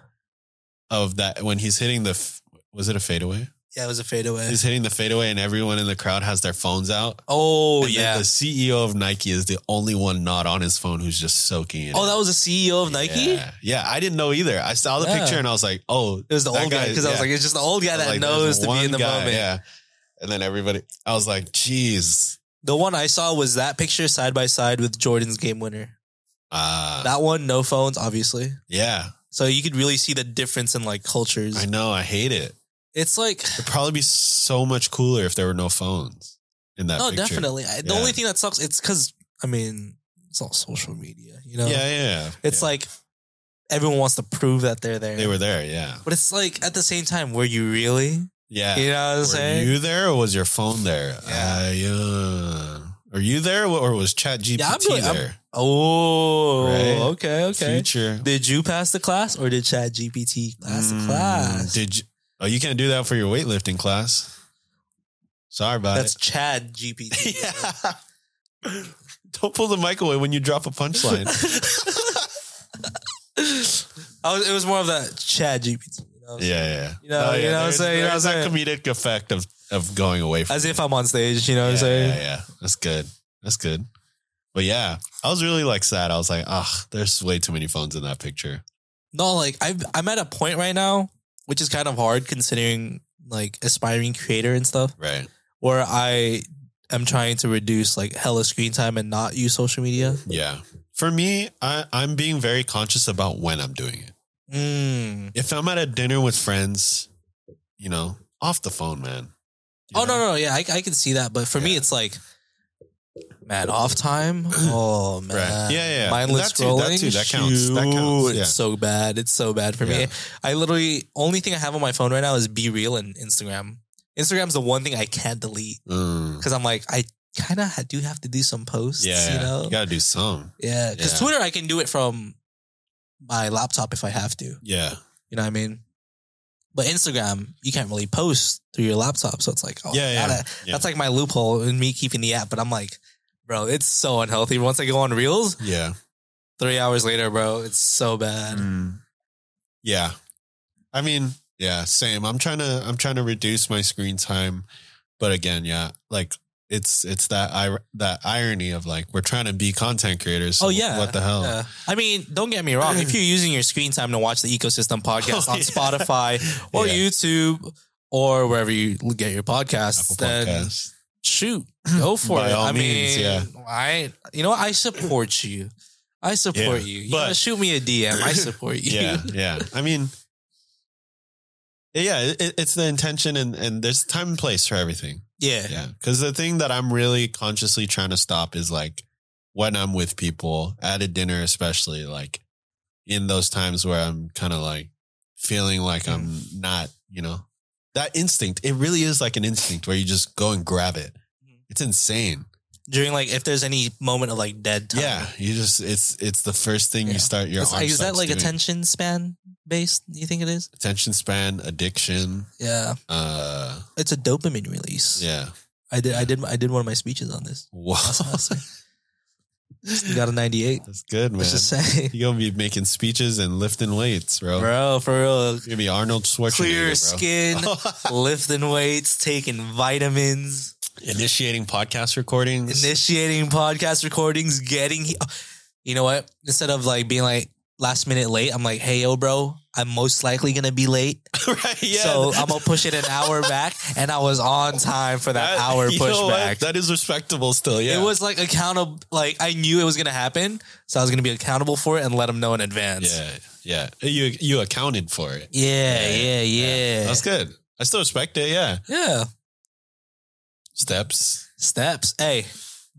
of that when he's hitting the? f- Was it a fadeaway? Yeah, it was a fadeaway. He's hitting the fadeaway, and everyone in the crowd has their phones out. oh And then yeah. the CEO of Nike is the only one not on his phone who's just soaking it. Oh, in. that was the CEO of Nike. Yeah. Yeah, I didn't know either. I saw the Yeah. picture and I was like, oh, It was the That old guy guy, because I was yeah. like, it's just the old guy that like, knows there's to be one in the guy, moment. Yeah. And then everybody, I was like, geez. The one I saw was that picture side by side with Jordan's game winner. Uh, That one, no phones, obviously. yeah. So you could really see the difference in like cultures. I know. I hate it. It's like It'd probably be so much cooler if there were no phones in that no, picture. definitely. I, the Yeah. only thing that sucks, it's because I mean, it's all social media. You know, Yeah, yeah. yeah. it's Yeah. like everyone wants to prove that they're there. they were there. Yeah. but it's like at the same time, were you really? Yeah. You know what I'm were saying? you there or was your phone there? Yeah. Uh, yeah. Are you there or was Chat GPT Yeah, I'm really- I'm- there? oh, Right? okay, okay. Future. Did you pass the class or did Chat GPT pass the Mm, class? Did you? Oh, you can't do that for your weightlifting class. Sorry about That's it. Chad GPT. yeah. Don't pull the mic away when you drop a punchline. I was, it was more of that Chad GPT. You know? yeah, yeah. You know- Oh, yeah, you know what I'm there's- saying? You know there's what I'm that comedic effect of of going away from As if I'm on stage, you know what I'm yeah, saying? Yeah, yeah. That's good. That's good. But yeah, I was really like sad. I was like, ah, there's way too many phones in that picture. No, like I've, I'm at a point right now, which is kind of hard considering like aspiring creator and stuff, Right. where I am trying to reduce like hella screen time and not use social media. Yeah. For me, I, I'm being very conscious about when I'm doing it. Mm. If I'm at a dinner with friends, you know, off the phone, man. You Oh know? no, no, no, yeah, I, I can see that, but for me, Yeah. it's like, man, off time. Oh man, Right. Yeah, yeah. mindless That too, scrolling. that too, that counts, that counts, Shoot, yeah. It's so bad. It's so bad for Yeah. me. I literally only thing I have on my phone right now is Be Real and Instagram. Instagram's the one thing I can't delete Mm. because I'm like I kind of do have to do some posts. Yeah, you yeah. know. you gotta do some. yeah, because Yeah. Twitter I can do it from my laptop if I have to. Yeah, You know what I mean? But Instagram, you can't really post through your laptop, so it's like, oh, Yeah, I yeah, gotta- yeah. that's like my loophole in me keeping the app. But I'm like, bro, it's so unhealthy. Once I go on Reels, yeah, three hours later, bro, it's so bad. Mm. yeah. I mean, yeah, same. I'm trying to, I'm trying to reduce my screen time, but again, yeah, like it's it's that ir- that irony of like we're trying to be content creators. so Oh yeah. what the hell? Yeah. I mean, don't get me wrong. If you're using your screen time to watch the ecosystem podcast Oh, on yeah. Spotify or Yeah. YouTube or wherever you get your podcasts, Apple then Podcasts. shoot, go for By it. all I means, mean, yeah. I you know what? I support you. I support Yeah, you. You but- know, shoot me a DM. I support you. yeah, yeah. I mean, yeah, it, it's the intention and and there's time and place for everything. yeah. Yeah, because the thing that I'm really consciously trying to stop is like when I'm with people at a dinner, especially like in those times where I'm kind of like feeling like I'm Mm. not, you know, that instinct. It really is like an instinct where you just go and grab it. Mm-hmm. It's insane. During like if there's any moment of like dead time. Yeah, you just it's it's the first thing Yeah. you start your. Is, arm is that starts like doing. attention span based? You think it is? attention span addiction? Yeah. Uh, It's a dopamine release. yeah. I did I did I did one of my speeches on this. Wow, You got a 98. that's good, man. Let's just say. You're gonna be making speeches and lifting weights, bro. Bro, for real. You're gonna be Arnold Schwarzenegger, Clear bro. skin, lifting weights, taking vitamins, Initiating podcast recordings. initiating podcast recordings, getting. You know what? Instead of like being like last minute late, I'm like, hey, yo, bro, I'm most likely going to be late. right? Yeah. So I'm going to push it an hour back. And I was on time for that, hour you know what? pushback. That is respectable still. Yeah. It was like accountable. Like I knew it was going to happen. So I was going to be accountable for it and let them know in advance. Yeah. Yeah. You you accounted for it. Yeah, Yeah, yeah, yeah. That's good. I still respect it. Yeah. Yeah. Steps, Steps. Hey,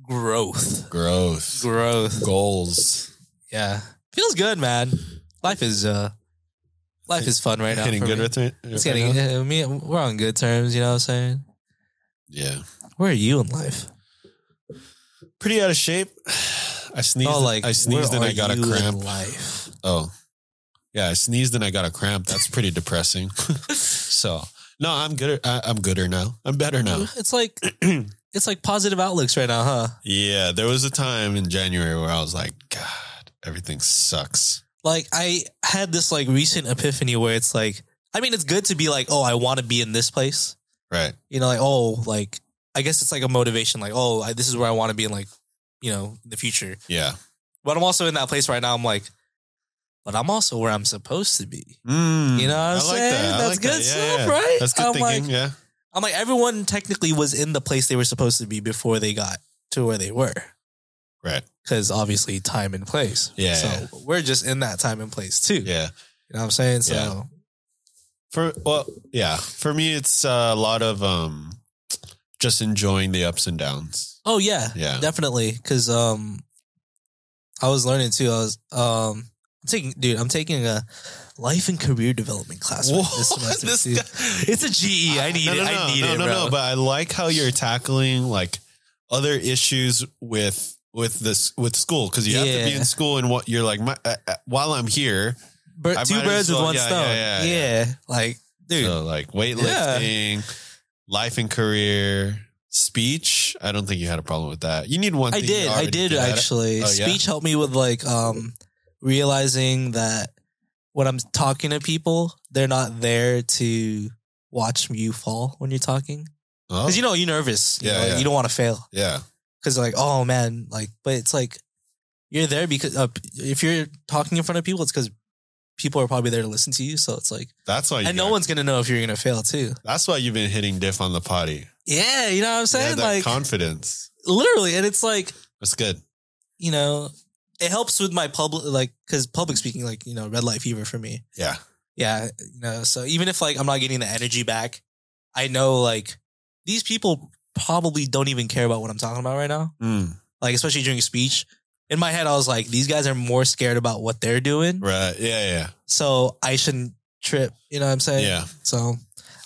growth. growth, Growth. goals. Yeah. Feels good, man. Life is uh life is fun right now. Hitting for good me. with it. It's right getting now? uh, me we're on good terms, you know what I'm saying? Yeah. Where are you in life? Pretty out of shape. I sneezed. oh, like I sneezed where and I are got a you in cramp. life. Oh, yeah. I sneezed and I got a cramp. That's pretty depressing. so no, I'm good. I, I'm gooder now. I'm better now. It's like it's like positive outlooks right now, huh? Yeah, there was a time in January where I was like, God, everything sucks. Like I had this like recent epiphany where it's like I mean it's good to be like, oh, I want to be in this place. Right. you know, like oh, like I guess it's like a motivation, like oh, I, this is where I want to be in, like you know, the future. Yeah. But I'm also in that place right now. I'm like, but I'm also where I'm supposed to be. Mm, You know what I'm saying? That's good stuff, right? That's good I'm thinking. like- yeah. I'm like everyone technically was in the place they were supposed to be before they got to where they were, Right. because obviously time and place. Yeah, So we're just in that time and place too. Yeah. You know what I'm saying? So Yeah. For well, yeah. For me, it's uh, a lot of um, just enjoying the ups and downs. oh yeah, Yeah. definitely because um i was learning too i was um i'm taking dude i'm taking a life and career development class right this Whoa, semester this too. guy- it's a ge i need Ah, no, it no, no, i need no, it no, bro. no. But I like how you're tackling like other issues with with this with school because you have to be Yeah. in school and what you're like. My, uh, uh, while I'm here, Bir- I two might as birds with well- one yeah, stone yeah, yeah, yeah, like dude So like weightlifting, life and career, speech. I don't think you had a problem with that. You need one. i thing did you i already did did. actually Oh, yeah? speech helped me with like um realizing that when i'm talking to people they're not there to watch you fall when you're talking Oh, because you know you're nervous you Yeah, know, yeah. you don't want to fail yeah, because like oh man like but it's like you're there because uh, if you're talking in front of people it's because people are probably there to listen to you so it's like that's why. You and no got- one's gonna know if you're gonna fail too That's why you've been hitting diff on the potty. yeah you know what i'm You had saying that like confidence. literally and it's like That's good. you know it helps with my public like because public speaking like you know red light fever for me Yeah, yeah you know so even if like i'm not getting the energy back i know like these people probably don't even care about what i'm talking about right now Mm, like especially during a speech in my head i was like these guys are more scared about what they're doing right. Yeah, so I shouldn't trip. You know what I'm yeah, saying? yeah. So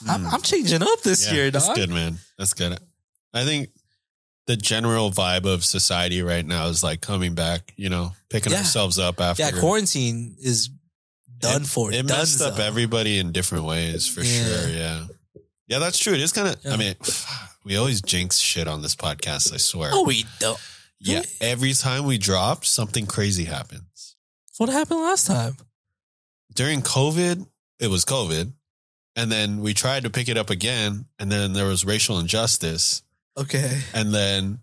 I'm, Mm. I'm changing up this Yeah, year, That's dog. good, man. That's good. I think the general vibe of society right now is like coming back. You know, picking Yeah. ourselves up after Yeah, quarantine is done for. It done messed up everybody in different ways for uh, Yeah. sure. Yeah. Yeah, that's true. It is kind of, Yeah. I mean, we always jinx shit on this podcast, I swear. Oh, we don't. yeah. Every time we drop, something crazy happens. What happened last time? During COVID, it was COVID. And then we tried to pick it up again. And then there was racial injustice. Okay. And then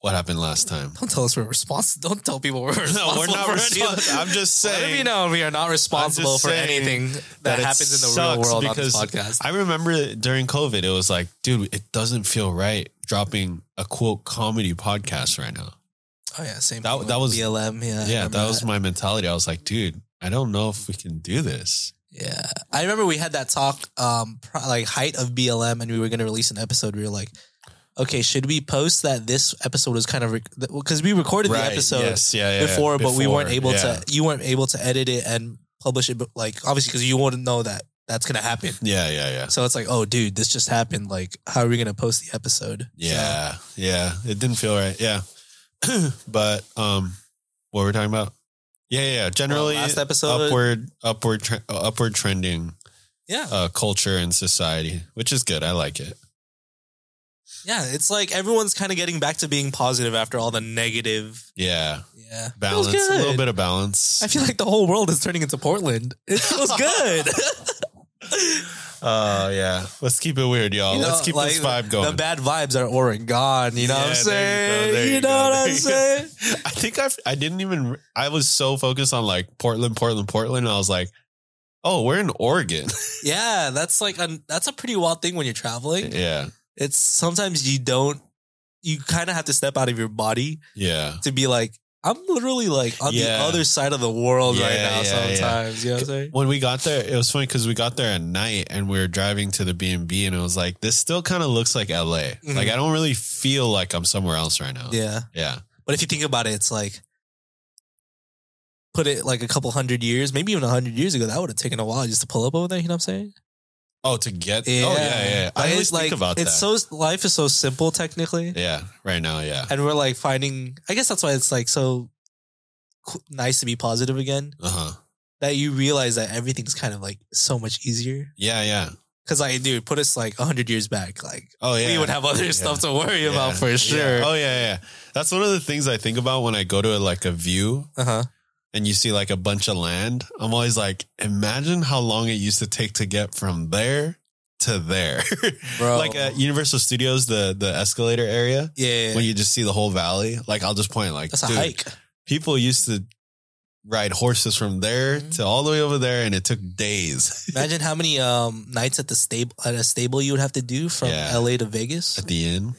what happened last time? Don't tell us we're responsible. Don't tell people we're No, responsible. we're not for any of responsible. that. I'm just Let it be saying. known we are not responsible for saying anything that, that it happens in the real sucks world on this because podcast. I remember it during COVID, it was like, dude, it doesn't feel right dropping a quote comedy podcast right now. oh yeah, same. That- thing with that was- BLM. Yeah, I yeah, remember that was my mentality. I was like, dude, I don't know if we can do this. Yeah, I remember we had that talk, um, pro- like height of BLM, and we were going to release an episode. We were like, okay, should we post that this episode was kind of because we recorded the episode yes, yeah, yeah, yeah. before, but we weren't able yeah. to. You weren't able to edit it and publish it, but like obviously because you wouldn't know that that's going to happen. Yeah, yeah, yeah. So it's like, oh, dude, this just happened. Like, how are we going to post the episode? So, Yeah, yeah. It didn't feel right. Yeah, but um, what we're talking about? Yeah, yeah. yeah. well, Generally, last episode. upward, upward, tre- uh, upward trending yeah, uh, culture and society, which is good. I like it. yeah. It's like everyone's kind of getting back to being positive after all the negative. Yeah, Yeah, It was balance. A little good. bit of balance. I feel like the whole world is turning into Portland. It feels good. Oh yeah. Let's keep it weird, y'all. You know, Let's keep this like, vibe going. The bad vibes are Oregon. You know what I'm Yeah, there you go, saying? there you, you know go, what there I'm you go. saying? I think I've, I didn't even. I was so focused on like Portland, Portland, Portland. I was like, oh, we're in Oregon. Yeah, that's like a, that's a pretty wild thing when you're traveling. yeah, It's sometimes you don't. You kind of have to step out of your body yeah. to be like, I'm literally like on Yeah. the other side of the world right Yeah, yeah, now. yeah. sometimes, you know what I'm saying? When we got there, it was funny because we got there at night and we were driving to the B and B, and it was like this still kind of looks like L.A. Mhm. Like I don't really feel like I'm somewhere else right now. Yeah. yeah, But if you think about it, it's like put it like a couple hundred years, maybe even a hundred years ago, that would have taken a while just to pull up over there. You know what I'm saying? Oh, to get. Oh yeah, yeah. yeah. I Like, always like, think about it's that. so life is so simple technically, yeah, right now. Yeah. and we're like finding. I guess that's why it's like so qu- nice to be positive again. Uh huh. That you realize that everything's kind of like so much easier. Yeah, yeah. Because like, dude, put us like hundred years back, like Oh yeah. we would have other Yeah. stuff to worry Yeah. about for Yeah. sure. Oh yeah, yeah. That's one of the things I think about when I go to like a view Uh huh. and you see like a bunch of land, I'm always like, imagine how long it used to take to get from there to there. Bro. like at Universal Studios, the the escalator area, uh, Yeah, yeah, when you just see the whole valley. Like I'll just point like, that's a dude, hike. people used to ride horses from there Mhm. to all the way over there, and it took days Imagine how many um, nights at the stable at a stable you would have to do from Yeah. LA to Vegas. at the end.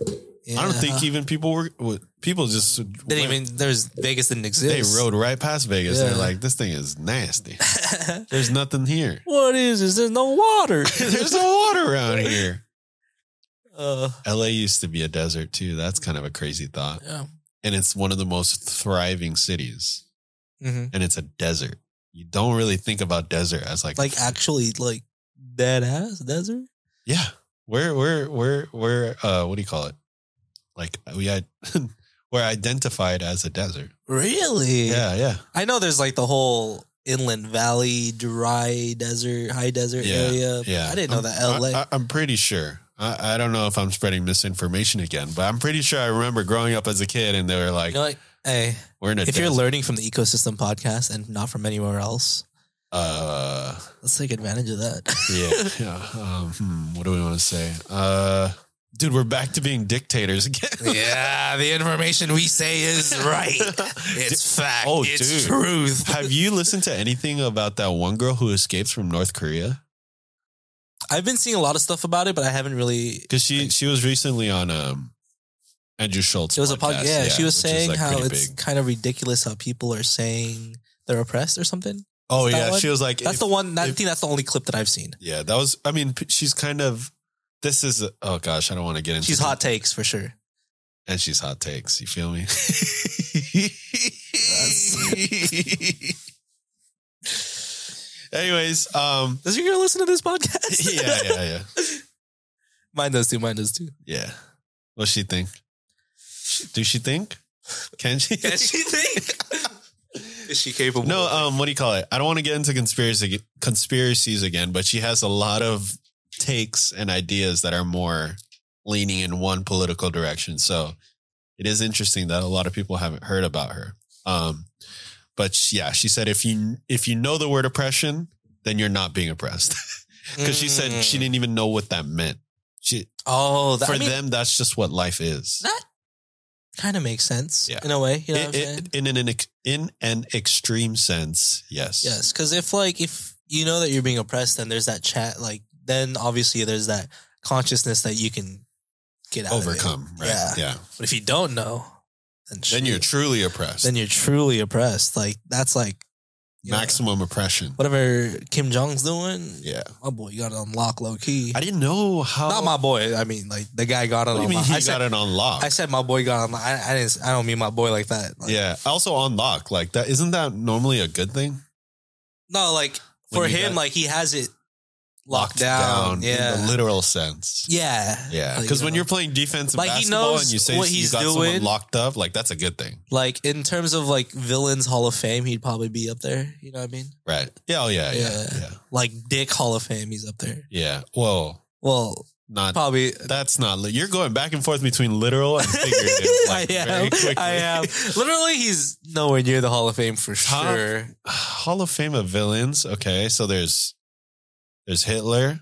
I don't Yeah. think even people were people just they went- didn't even there's Vegas didn't they exist. rode right past Vegas. Yeah. They're like, this thing is nasty. There's nothing here. what is this? There's no water. There's no water around here. uh, LA used to be a desert too. That's kind of a crazy thought. yeah. And it's one of the most thriving cities, hmm and it's a desert. You don't really think about desert as like, Like actually, like dead ass desert. yeah, we're we're we're we're uh, what do you call it? Like we had we're identified as a desert. Really? Yeah, yeah, I know there's like the whole inland valley, dry desert, high desert Yeah, area. yeah. I didn't know that LA. I, I, am pretty sure. I, I don't know if I'm spreading misinformation again, but I'm pretty sure I remember growing up as a kid, and they were like, you know, like, hey, "We're in a if desert." you're learning from the ecosystem podcast and not from anywhere else, uh, let's take advantage of that. yeah. yeah. Um, hmm, what do we want to say? Uh, dude, we're back to being dictators again. yeah, the information we say is right. It's fact. Oh, it's dude. truth. Have you listened to anything about that one girl who escapes from North Korea? I've been seeing a lot of stuff about it, but I haven't really. Because she she was recently on um Andrew Schultz. It was a podcast. Yeah, she was which is, saying like, how pretty it's big. kind of ridiculous how people are saying they're oppressed or something. Oh that yeah, one? she was like That's if- the one. I if- think that's the only clip that I've seen. yeah. That was. I mean, p- she's kind of. This is. Oh gosh, I don't want to get into. She's it. hot takes for sure. and she's hot takes. You feel me? Anyways, um, Does your girl listen to this podcast? yeah, yeah, yeah, mine does too. Mine does too. yeah. What's she think? Do she think? Can she? she think? Is she capable? no. Um. What do you call it? I don't want to get into conspiracy conspiracies again, but she has a lot of takes and ideas that are more leaning in one political direction. So it is interesting that a lot of people haven't heard about her. Um. But sh- yeah, she said if you if you know the word oppression, then you're not being oppressed because she said she didn't even know what that meant. She, Oh, that, for Mm. I mean, them, that's just what life is. that kind of makes sense Yeah. in a way. You know what I'm It- saying? it- in an in, an extreme sense, yes. Yes, because if like if you know that you're being oppressed, then there's that chat. Like then obviously there's that consciousness that you can get out of it. Overcome, right? Yeah. Yeah. But if you don't know, then, Then shit, you're truly oppressed. then you're truly oppressed. Like that's like you know, Maximum oppression. whatever Kim Jong's doing. Yeah. my boy got it on lock, low key. I didn't know how. Not my boy. I mean, like the guy got it What do on. you mean lock. he I, said, got it on lock? I said my boy got it on. lock. I, I didn't. I don't mean my boy like that. Like, yeah. Also on lock. Like that. Isn't that normally a good thing? No, like When for you him, got- like he has it locked, down. Yeah. In the literal sense. yeah. Yeah, Like, because you when know. you're playing defense in Like, he basketball knows and you say what you he's got doing. someone locked up, like that's a good thing, Like in terms of like villains Hall of Fame, he'd probably be up there. You know what I mean? right? Yeah, oh yeah, yeah, Yeah. yeah, yeah. Like Dick Hall of Fame, he's up there. Whoa, Well, not probably. that's not. Li- you're going back and forth between literal and figurative. like, I very am. quickly. I am. Literally, he's nowhere near the Hall of Fame for Top- sure. Hall of Fame of villains. Okay, so there's there's Hitler,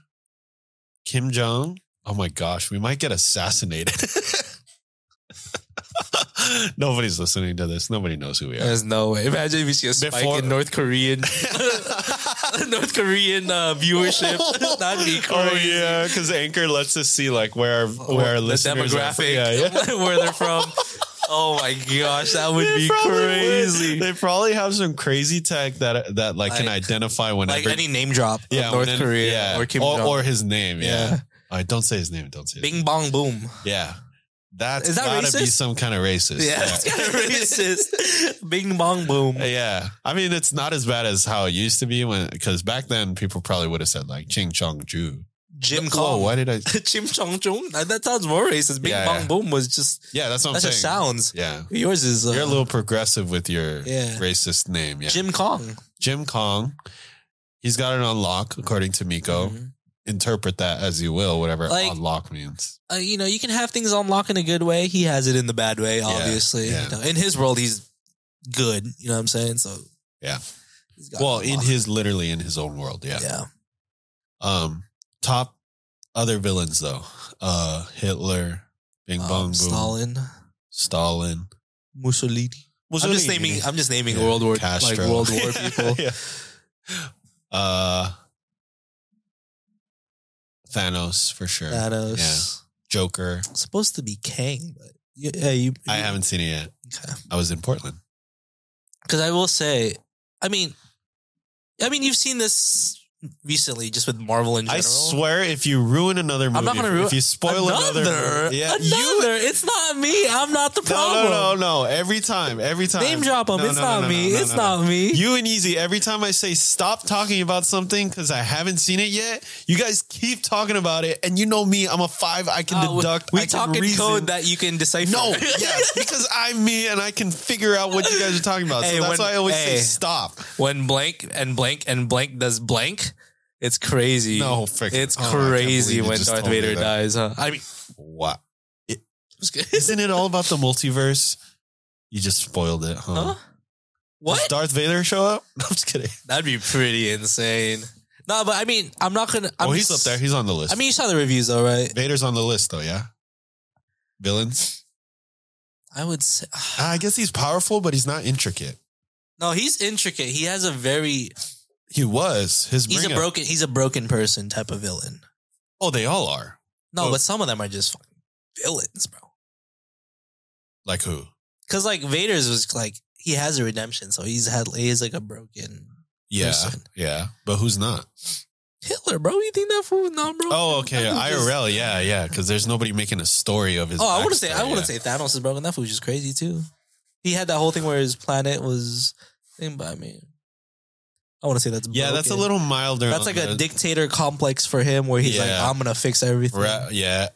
Kim Jong. Oh my gosh, we might get assassinated. Nobody's listening to this. Nobody knows who we are. There's no way. Imagine if you see a spike Before- in North Korean, North Korean uh, viewership. That'd be crazy. Oh, Oh yeah, because Anchor lets us see like where our, where our the listeners are from. demographic, Yeah, yeah. where they're from. Oh my gosh, that would They be probably would. crazy. They probably have some crazy tech that that like, can Like- identify whenever. Like any name drop yeah, of North when- Korea yeah. or Kim or, Jong. or his name. Yeah, Yeah. All right, don't say his name. Don't say. His name. Bing bong boom. Yeah, that's Is that gotta be racist? some kind of racist. Yeah, it's kind of racist. Bing bong boom. Yeah, I mean it's not as bad as how it used to be when because back then people probably would have said like Ching Chong Ju. Jim Whoa, Kong. why did I? Jim Chong Chung. That, that sounds more racist. Bing Yeah, bong yeah. boom was just Yeah, that's what that's I'm just saying. sounds. Yeah, Yours is uh, You're a little progressive with your Yeah. racist name. Yeah. Jim, Jim Kong. Kong. He's got it on lock, according to Miko. Mhm. Interpret that as you will, whatever Like- on lock means. Uh, you know, you can have things on lock in a good way. He has it in the bad way, obviously. yeah. You know, in his world, he's good. You know what I'm saying? So Yeah. He's got Well, it on in lock. his literally in his own world. Yeah. yeah, Um top other villains though. Uh Hitler, Bing Um, Bong Boom, Stalin. Stalin, Mussolini. I'm just Mussolini. naming. I'm just naming Yeah, World War Castro. like World War people. yeah. Uh Thanos for sure. uh, Thanos. Joker. Supposed to be Kang, but yeah, yeah you. I haven't seen it yet. Because I was in Portland. I will say, I mean, I mean, you've seen this recently, just with Marvel in general. I swear, if you ruin another movie, I'm not gonna ruin- if you spoil another, another, yeah, another. you. it's not me. I'm not the No, problem. no, no, no. Every time, every time. Name drop him. No, it's no, no, not no, me. no, it's no, not no. me. You and Easy. Every time I say stop talking about something because I haven't seen it yet, you guys keep talking about it, and you know me. I'm a five. I can Uh, we- deduct. We I talk can in reason. code that you can decipher. No, yes, because I'm me and I can figure out what you guys are talking about. So Hey, that's when- why I always hey. say stop. when blank and blank and blank does blank, it's crazy. No, freaking- it's oh, I can't crazy believe you when just Darth told me Vader that. dies. Huh? I mean, Wow. Isn't it all about the multiverse? You just spoiled it, huh? Huh? Does what? Darth Vader show up? I'm just kidding. That'd be pretty insane. No, but I mean, I'm not gonna. I'm oh, he's just- up there. He's on the list. I mean, you saw the reviews, though, right? Vader's on the list, though. Yeah. Villains. I would say I guess he's powerful, but he's not intricate. no. He's intricate. He has a very. He was his. He's a bring up- broken. He's a broken person type of villain. Oh, they all are. No, Oh. but some of them are just fucking villains, bro. Like who? Because like Vader's was like he has a redemption, so he's had he's like a broken Yeah, Person. yeah. But who's not? Hitler, bro. You think that fool not bro? Oh, okay. That fool just- IRL. Yeah, yeah. Because there's nobody making a story of his. Oh, I wouldn't say backstory, I wouldn't yeah. say Thanos is broken. That fool was just crazy too. He had that whole thing where his planet was thing by me. I want to say that's Yeah, that's a broken. little milder. That's on like a the- dictator complex for him, where he's like, Yeah. "I'm gonna fix everything." Ra- yeah,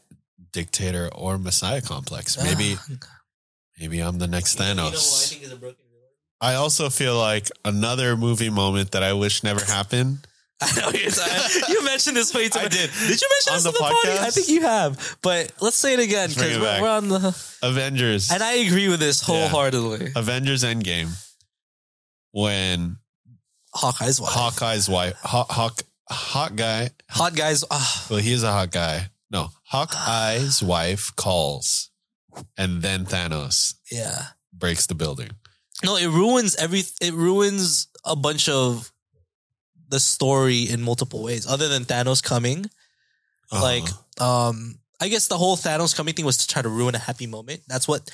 dictator or messiah complex. Ah. Maybe, You maybe I'm the next know who I Thanos. think is a broken villain? I also feel like another movie moment that I wish never happened. I know you're tired. You mentioned this way too I much. did. Did you mention On this the on the, party? podcast? I think you have, but let's say it again Let's bring because it we're, back. we're on the. Avengers. And I agree with this wholeheartedly. Avengers Endgame. When Hawkeye's wife. Hawkeye's wife, hot, hawk, hot guy. hot guys. ah. Well, he is a hot guy. No, Hawkeye's wife calls, and then Thanos Yeah. breaks the building. No, it ruins every. It ruins a bunch of the story in multiple ways. Other than Thanos coming, Uh-huh. like, um, I guess the whole Thanos coming thing was to try to ruin a happy moment. That's what.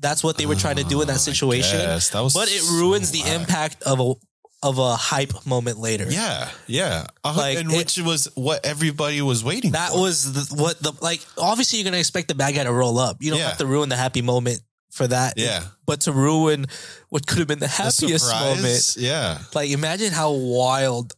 That's what they were trying to do in Oh, I that situation. guess. Oh, That was But it so ruins the whack. impact of a of a hype moment later. Yeah, yeah. Uh, Like, and it- which was what everybody was waiting That for. was the, what the like. Obviously, you're gonna expect the bad guy to roll up. You don't Yeah. have to ruin the happy moment for that. yeah. But to ruin what could have been the The happiest surprise, moment, Yeah. Like, imagine how wild.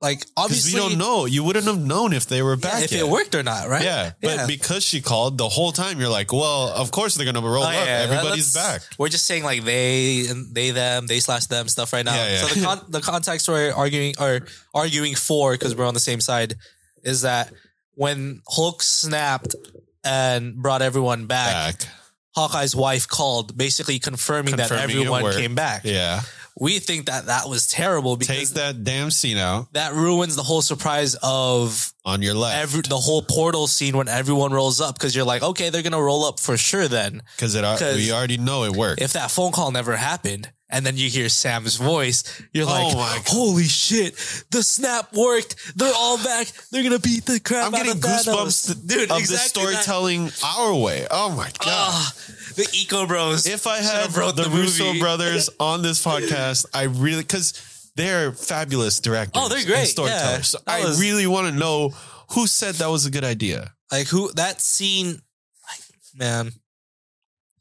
Like, Because obviously, we don't know. You wouldn't have known if they were yeah, back. if yet. it worked or not, right? Yeah, but Yeah. because she called the whole time, you're like, well, of course they're gonna roll Oh, up. yeah, Everybody's back. that's- We're just saying like they and they them they slash them stuff right now. Yeah, yeah. So the con- the context we're arguing or arguing for because we're on the same side is that when Hulk snapped and brought everyone back, Back. Hawkeye's wife called, basically confirming, that Confirming it everyone worked. came back. Yeah. We think that that was terrible Take because that damn scene out that ruins the whole surprise of on your left every the whole portal scene when everyone rolls up because you're like, okay, they're gonna roll up for sure. Then because it al- 'Cause we already know it worked. if that phone call never happened, and then you hear Sam's voice, you're Oh my like, God. holy shit, the snap worked. They're all back. They're gonna beat the crap. I'm out getting of Thanos." goosebumps th- of this exactly that. storytelling our way. Oh my god. Ah, the Eco Bros. if I should've had wrote the, the Russo movie. brothers on this podcast, I really because they're fabulous directors. Oh, they're and great, yeah. storytellers. So That I was- really want to know who said that was a good idea. Like who that scene, like, man.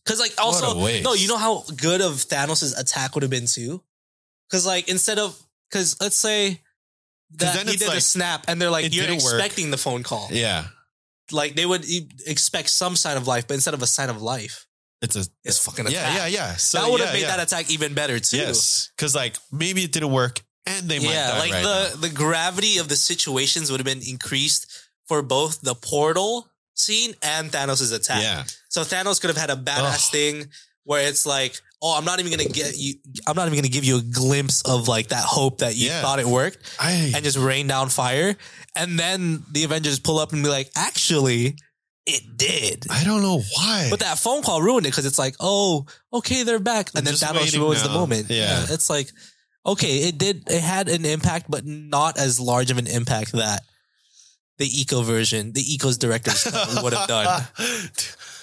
Because like What a also waste. no, you know how good of Thanos' attack would have been too. Because like instead of because let's say that then he it's did a like, snap and they're like it you're didn't work. expecting the phone call. Yeah, Like they would e- expect some sign of life, but instead of a sign of life, it's a it's fucking attack. yeah, yeah, yeah. So that would yeah, have made yeah. that attack even better too. Yes, because like maybe it didn't work, and they might yeah, die like right the the gravity of the situations would have been increased for both the portal scene and Thanos' now. attack. Yeah, So Thanos could have had a badass Ugh. thing where it's like, oh, I'm not even gonna get you. I'm not even gonna give you a glimpse of like that hope that you Yeah. thought it worked, I and just rain down fire. And then the Avengers pull up and be like, actually, it did. I don't know why. But that phone call ruined it because it's like, oh, okay, they're back, and I'm then just Thanos waiting ruins the now. moment. Yeah. it's like, okay, it did. It had an impact, but not as large of an impact that. The eco version, the eco's directors would have done.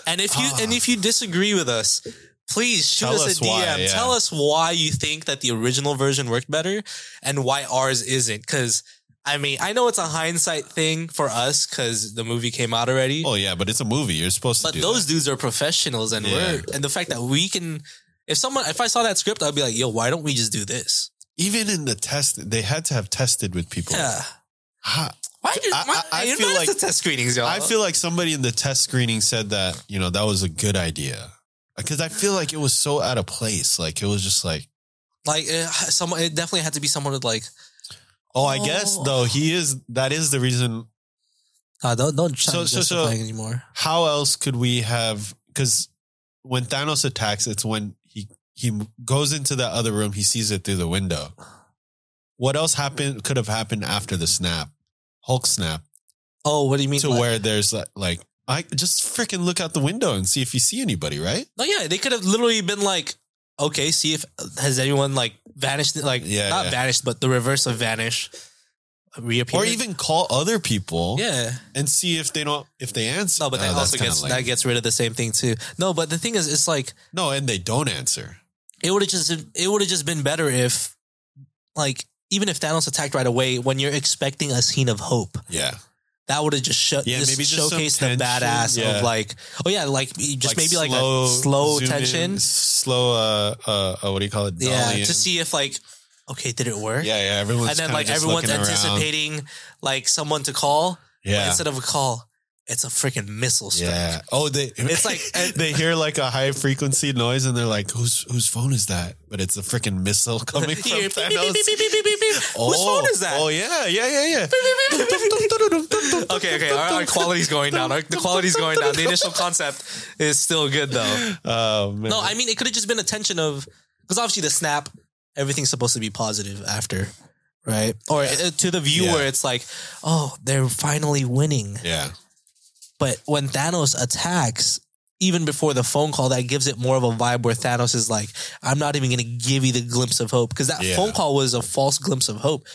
And if you Ah. and if you disagree with us, please shoot Tell us, us a DM. why, yeah. Tell us why you think that the original version worked better and why ours isn't. Because I mean, I know it's a hindsight thing for us because the movie came out already. oh yeah, but it's a movie. You're supposed to but do those dudes are professionals, and Yeah. we're and the fact that we can. If someone, if I saw that script, I'd be like, "Yo, why don't we just do this?" that. even in the test, they had to have tested with people. Yeah. Ha- Why? do I- why I- I you're feel not like- to test screenings, y'all. I feel like somebody in the test screening said that you know that was a good idea because I feel like it was so out of place. Like it was just like, like uh, someone. It definitely had to be someone with like. oh, I guess Oh. though he is. That is the reason. Uh, don't don't try So- to so- so- justify it anymore. How else could we have? Because when Thanos attacks, it's when he he goes into that other room. He sees it through the window. What else happened? Could have happened after the snap, Hulk snap, Oh, what do you mean? to like- where there's like, like I just freaking look out the window and see if you see anybody, right? No, yeah, they could have literally been like, okay, see if has anyone like vanished, like Yeah, not yeah. vanished, but the reverse of vanish, reappear, Or even call other people. yeah. and see if they don't if they answer. No, but that Oh, that's also kinda gets lame. that gets rid of the same thing too. No, but the thing is, it's like no, and they don't answer. it would have just it would have just been better if like even if Thanos attacked right away when you're expecting a scene of hope. Yeah, That would have just, shut Yeah, just maybe just some showcased tension, the badass yeah. of like, oh yeah, like just maybe like a slow zoom in, tension, slow. Uh, uh, uh, what do you call it? yeah, Dolly to in. see if like, okay, did it work? Yeah, yeah. Everyone's and then kinda like just everyone's looking around. anticipating like someone to call Yeah, instead of a call it's a freaking missile strike yeah. Oh, they. It's like- they hear like a high frequency noise, and they're like, "Whose whose phone is that?" But it's a freaking missile coming from Here, beep, beep, Thanos. beep, beep, beep, beep, beep, beep. whose phone is that Oh yeah, yeah, yeah, yeah. okay okay our, our quality's going down our, the quality's going down the initial concept is still good though Oh man. no i mean it could have just been a tension of because obviously the snap everything's supposed to be positive after right or uh, to the viewer Yeah. it's like oh they're finally winning yeah. But when Thanos attacks, even before the phone call, that gives it more of a vibe where Thanos is like, I'm not even going to give you the glimpse of hope. Because that Yeah. phone call was a false glimpse of hope.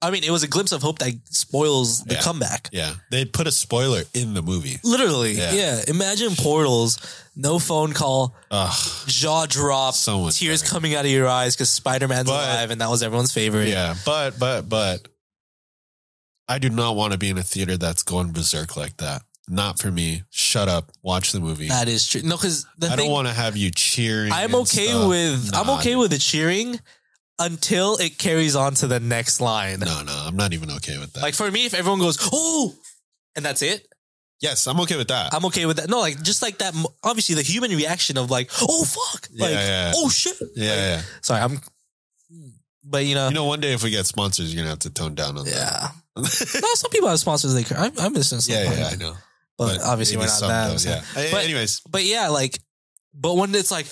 I mean, it was a glimpse of hope that spoils the Yeah. comeback. Yeah, they put a spoiler in the movie. Literally. Yeah. Yeah. Imagine portals, no phone call, Ugh, jaw drop, so much tears better. coming out of your eyes because Spider Man's But- alive and that was everyone's favorite. Yeah, but but but I do not want to be in a theater that's going berserk like that. Not for me. Shut up. Watch the movie. That is true. No, because the I thing don't want to have you cheering. I'm and okay stuff. with Nah, I'm okay with the cheering until it carries on to the next line. No, no, I'm not even okay with that. Like for me, if everyone goes oh, and that's it, yes, I'm okay with that. I'm okay with that. No, like just like that. mo- Obviously, the human reaction of like oh fuck, Yeah, like yeah. oh shit. yeah, yeah. Sorry, I'm. But you know, You know, one day if we get sponsors, you're gonna have to tone down on that. uh, yeah. no, some people have sponsors. They cur- I'm, I'm listening. To some Yeah, yeah, podcasts, I know. But, obviously, maybe we're not some that. don't, so- yeah. Hey, But- anyways, But yeah, like, but when it's like,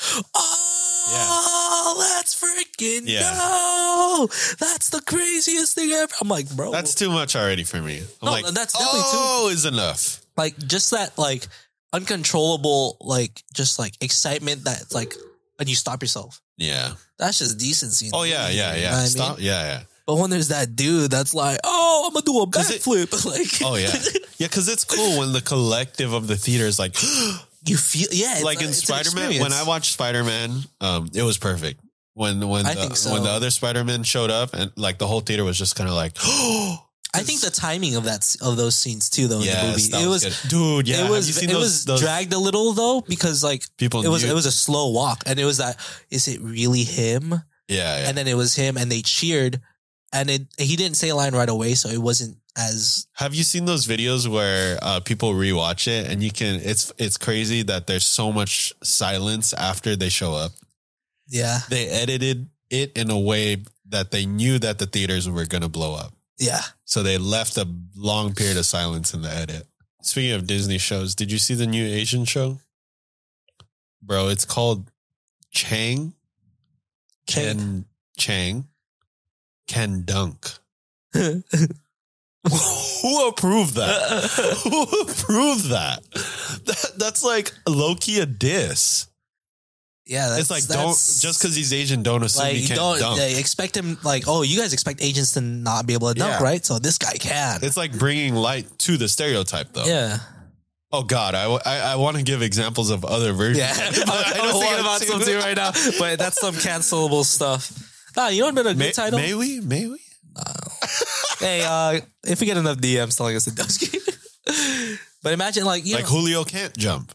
oh, that's freaking Yeah. no, that's the craziest thing ever. I'm like, bro, that's that's too much already for me. I'm No, like, that's definitely too- oh, is enough. like just that like uncontrollable like just like excitement that's like, and you stop yourself. Yeah. That's just decency. Oh yeah, yeah, yeah. You know what I mean? Stop. Yeah, But when there's that dude that's like, oh, I'm gonna do a 'Cause it- backflip, like, yeah. Oh yeah. Yeah, because it's cool when the collective of the theater is like, you feel, yeah, it's like a- in it's an Spider Man. When experience. I watched Spider Man, um, it was perfect. When when I the, think so. when the other Spider Man showed up, and like the whole theater was just kind of like, oh, I think the timing of that s- of those scenes too, though, in the movie, it was. dude. Yeah, it have you was seen it those, was those Oh, dragged a little though because like people? it was knew- it was a slow walk and it was that is it really him yeah, yeah. and then it was him and they cheered and it he didn't say a line right away so it wasn't as Have you seen those videos where uh, people rewatch it and you can? It's it's crazy that there's so much silence after they show up. yeah They edited it in a way that they knew that the theaters were going to blow up, yeah so they left a long period of silence in the edit. Speaking of Disney shows, did you see the new Asian show, bro? It's called Chang. Ken Chang can dunk. Who approved that? Who approved that? that that's like low key a diss. yeah that's, it's like don't that's- just because he's Asian, don't assume like he can don't not dunk. they expect him like oh you guys expect agents to not be able to dunk Yeah. right so this guy can it's like bringing light to the stereotype, though. yeah Oh God, I, I, want to give examples of other versions. yeah but I, don't was thinking want about to. something right now but that's some cancelable stuff nah you know what been a May, good title may we? May we? hey, uh, if we get enough DMs telling us to Dusky. but imagine like you Like know, Julio can't jump.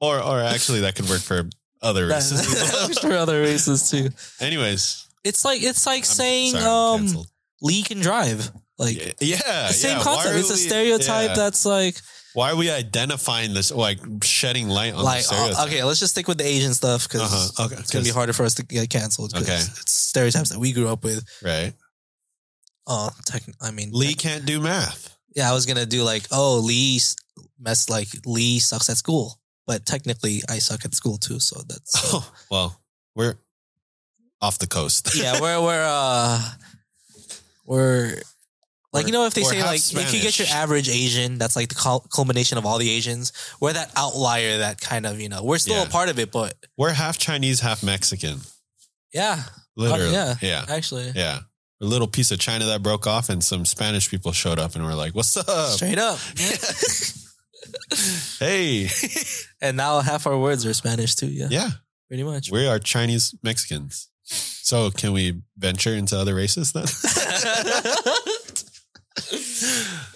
or, or actually, that could work for other that, races. for other races too. Anyways, It's like it's like I'm saying sorry, I'm um canceled. Lee can drive. Like yeah, yeah, the same yeah. Why concept. are It's a we- stereotype yeah. that's like Why are we identifying this, like shedding light on like the uh, stereotype? okay, let's just stick with the Asian stuff because Uh-huh. Okay, it's gonna be 'cause- harder for us to get canceled. 'cause Okay. it's stereotypes that we grew up with. Right. Oh, techn I mean, Lee can't do math. yeah, I was gonna do like oh Lee s- mess like Lee sucks at school, but technically I suck at school too. So that's Oh, well, we're off the coast. yeah, we're we're uh we're like We're- you know if they we're say half like if you get your Spanish. average Asian, that's like the cul- culmination of all the Asians. We're that outlier that kind of you know we're still Yeah. a part of it, but We're half Chinese, half Mexican. yeah, Literally. Oh, yeah. yeah. actually, Yeah. A little piece of China that broke off, and some Spanish people showed up and were like, What's up? straight up. Hey. and now half our words are Spanish too. Yeah, Yeah. pretty much. We are Chinese Mexicans. So can we venture into other races then?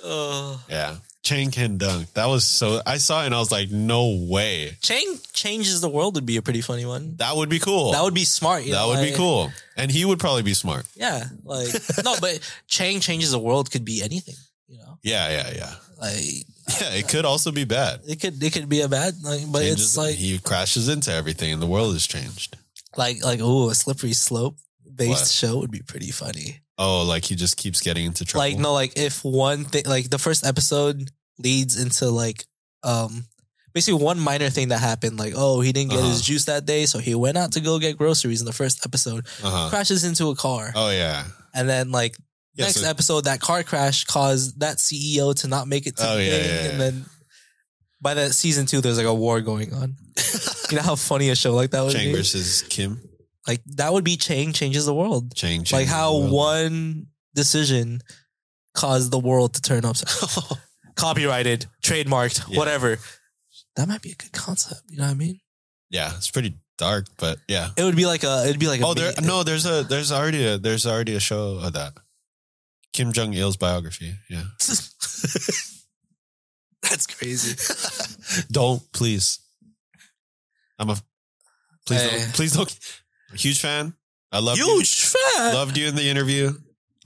Uh, yeah. Chang Ken Dunk. That was so, I saw it and I was like, No way. Chang changes the world would be a pretty funny one. That would be cool. That would be smart. you that know, would be like- cool. And he would probably be smart. Yeah, like no, but Chang changes the world could be anything. You know, Yeah, yeah, yeah. like Yeah, it could also be bad. it could it could be a bad like, but Changes- it's like he crashes into everything and the world has changed. like like oh a slippery slope based What? show would be pretty funny. Oh, like he just keeps getting into trouble. Like no like if one thing like the first episode leads into like um basically one minor thing that happened like oh he didn't get Uh-huh. his juice that day so he went out to go get groceries in the first episode Uh-huh. crashes into a car Oh yeah. and then like Yeah, Next so- episode, that car crash caused that CEO to not make it to Oh, the yeah, thing, yeah, yeah. and then by that season two, there's like a war going on. you know how funny a show like that would Chang be. versus Kim. Like that would be Chang changes the world. Chang. like changes how the world. one decision caused the world to turn upside copyrighted trademarked Yeah. whatever that might be a good concept you know what i mean Yeah, it's pretty dark, but yeah. it would be like a it'd be like a Oh, there. mini- No, there's a there's already a there's already a show of that. Kim Jong Il's biography. Yeah. that's crazy don't please. I'm a please Hey. don't, please don't. Huge fan. I love you. huge fan Loved you in the interview.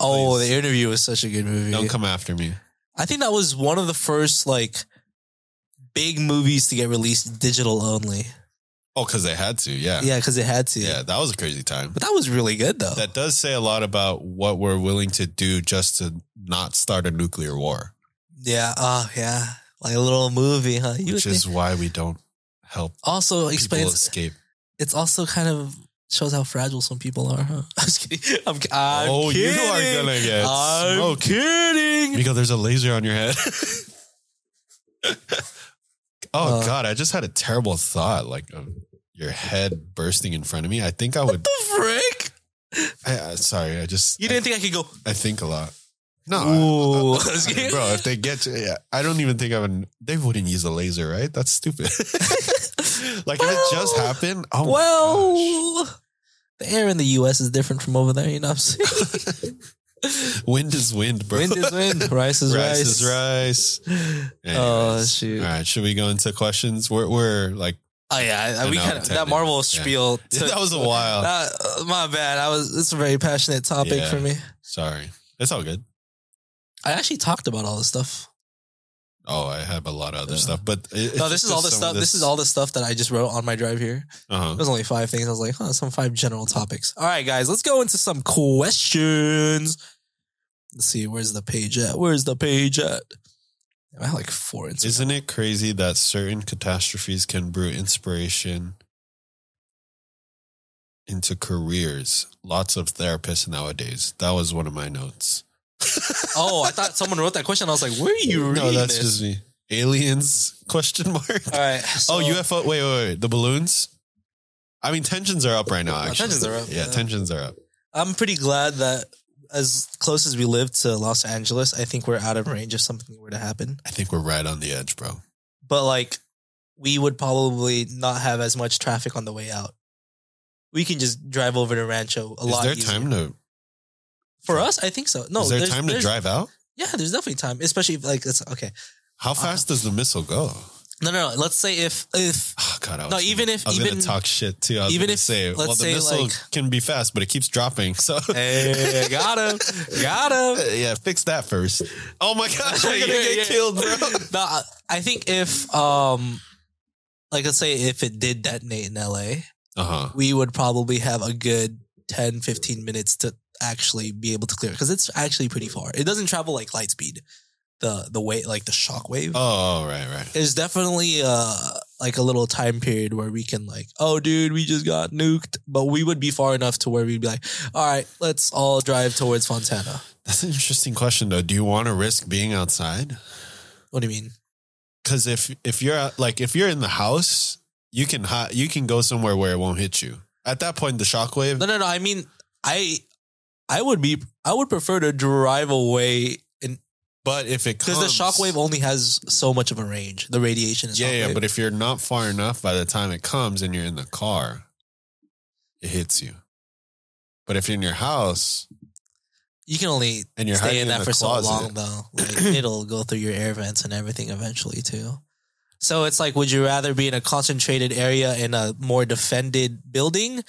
oh please. the interview was such a good movie Don't come after me. i think that was one of the first like big movies to get released digital only Oh, because they had to. Yeah. yeah. yeah Oh. because it had to that was a crazy time. but that was really good though That does say a lot about what we're willing to do just to not start a nuclear war, yeah oh yeah like a little movie huh You which would is think- why we don't help also people explains escape. it's also kind of shows how fragile some people are. Huh? I'm just kidding. I'm, I'm oh, kidding. you are gonna get I'm smoked. kidding. Because there's a laser on your head. oh Uh, God, I just had a terrible thought, like of your head bursting in front of me. I think I would. The frick? I, I, sorry, I just You didn't think I could go? I, I think a lot. No, Ooh, I- I- Just kidding. bro, if they get you, yeah, I don't even think I would. They wouldn't use a laser, right? That's stupid. like if it just Well, happened. Oh my Oh, well, the air in the U.S. is different from over there. You know what I'm saying? gosh. wind is wind, bro. wind is wind. Rice is rice. rice is rice. Oh Anyways. shoot! All right, should we go into questions? We're, we're like Oh yeah, I- I we know, kind of that technically, Marvel spiel. took- that was a while. Uh, my bad. I was. It's a very passionate topic Yeah. for me. Sorry, it's all good. I actually talked about all this stuff. Oh, I have a lot of other Yeah. stuff, but it, No, this is all the stuff. This is all the stuff that I just wrote on my drive here. uh It was only five things. I was like, huh, some five general topics. All right, guys, let's go into some questions. Let's see, where's the page at? Where's the page at? I had like four. Ins- Isn't it crazy that certain catastrophes can brew inspiration into careers? Lots of therapists nowadays. That was one of my notes. oh, I thought someone wrote that question. I was like, where are you reading no, that's this? just me. Aliens? Question mark. All right. Uh, so- oh, UFO. Wait, wait, wait. The balloons. I mean, tensions are up right now. Oh, Actually, tensions are up, Yeah, yeah. tensions are up. I'm pretty glad that as close as we live to Los Angeles, I think we're out of range if something were to happen. I think we're right on the edge, bro. But like, we would probably not have as much traffic on the way out. We can just drive over to Rancho a is lot there easier. time to? For us, I think so. No, is there there's- time to there's- drive out? Yeah, there's definitely time, especially if like it's okay. How Uh-huh. fast does the missile go? No, no, no. Let's say if if Oh, God, I was No, gonna- even if- I was even- gonna talk shit too. I was even gonna if- say, let's well, the say, missile like- can be fast, but it keeps dropping. So hey, got him, got him. yeah, fix that first. Oh my gosh, I'm gonna Yeah, get yeah. killed, bro. No, I- I think if um, like let's say if it did detonate in L.A., Uh huh. we would probably have a good 10, 15 minutes to actually be able to clear because it's actually pretty far. It doesn't travel like light speed. The the way like the shock wave. Oh right, right. There's definitely uh like a little time period where we can like, oh dude, we just got nuked, but we would be far enough to where we'd be like, all right, let's all drive towards Fontana. That's an interesting question though. Do you want to risk being outside? What do you mean? Because if if you're out- like if you're in the house, you can hi- you can go somewhere where it won't hit you. At that point, the shockwave. No, no, no. I mean, I I would be I would prefer to drive away and But if it because comes, the shockwave only has so much of a range. The radiation is Yeah, yeah. But if you're not far enough, by the time it comes and you're in the car, it hits you. But if you're in your house you can only and you're stay hiding in that the for closet, so long though. Like, it'll go through your air vents and everything eventually too. So it's like, would you rather be in a concentrated area in a more defended building,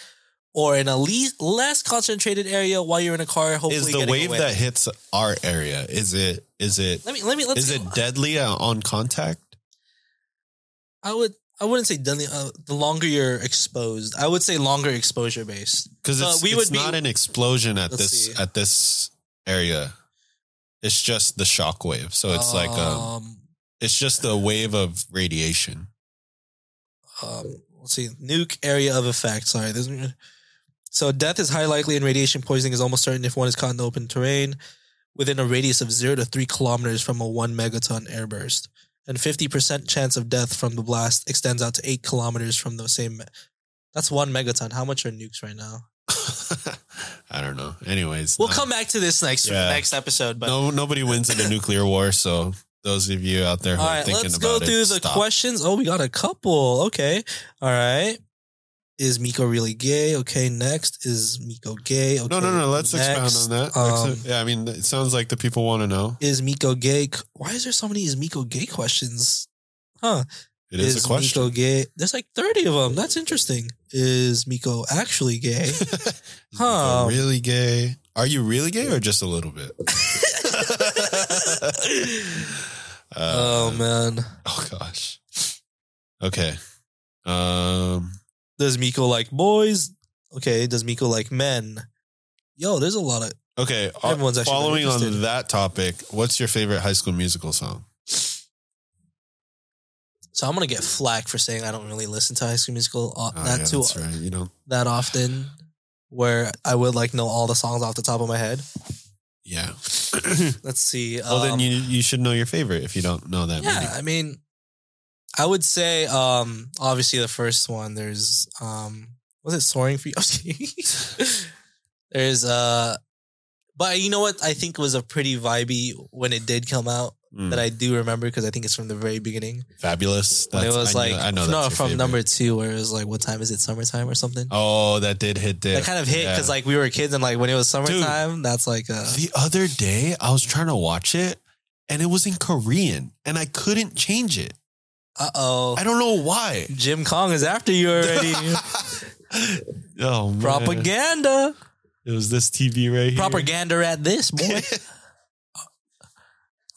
or in a least less concentrated area while you're in a car? Hopefully, is the getting wave away? that hits our area is it is it let me let me let's is it deadly uh, on contact? I would I wouldn't say deadly. Uh, the longer you're exposed, I would say longer exposure based. Because Uh, it's, we it's would be- not an explosion at Let's this see. at this area. It's just the shock wave. So it's like Oh. um, it's just a wave of radiation. um, let's see, nuke area of effect. Sorry, this. So death is high likely, and radiation poisoning is almost certain if one is caught in the open terrain. within a radius of zero to three kilometers from a one megaton airburst, and 50% chance of death from the blast extends out to eight kilometers from the same. me- That's one megaton. How much are nukes right now? I don't know. Anyways, We'll uh, come back to this next Yeah. next episode. But No, nobody wins in a nuclear war. So those of you out there who all are right, thinking let's go about through it, the stop. questions. Oh, we got a couple. Okay, all right. Is Miko really gay? Okay, next is Miko gay. Okay, No, no, no. Let's next. expound on that. um, yeah, I mean, it sounds like the people want to know. Is Miko gay? Why is there so many is Miko gay questions? Huh? It is, a question. Miko gay? There's like 30 of them. That's interesting. Is Miko actually gay? Is Huh. Miko really gay? Are you really gay or just a little bit? oh Um, Uh, man. Oh gosh. Okay. Um. Does Miko like boys? Okay. Does Miko like men? Yo, there's a lot of Okay. uh, Everyone's actually very following on interested. that topic. What's your favorite High School Musical song? so I'm gonna get flack for saying I don't really listen to High School Musical uh, Oh, that yeah, too that's right. You know. that often, where I would like know all the songs off the top of my head. Yeah. Let's see. well, Oh, then um, you you should know your favorite if you don't know that. yeah many. i mean i would say um obviously the first one there's um was it soaring for you I'm just kidding. there's uh but you know what i think was a pretty vibey when it did come out Mm. that i do remember because i think it's from the very beginning Fabulous. when it was I like knew- I know that's no your from favorite. number two where it was like what time is it summertime or something Oh, that did hit there. that kind of hit because like we were kids and like when it was summertime that's like uh the other day, I was trying to watch it, and it was in Korean, and I couldn't change it. uh-oh I don't know why. jim kong is after you already oh, man. propaganda It was this TV right here. propaganda at this boy.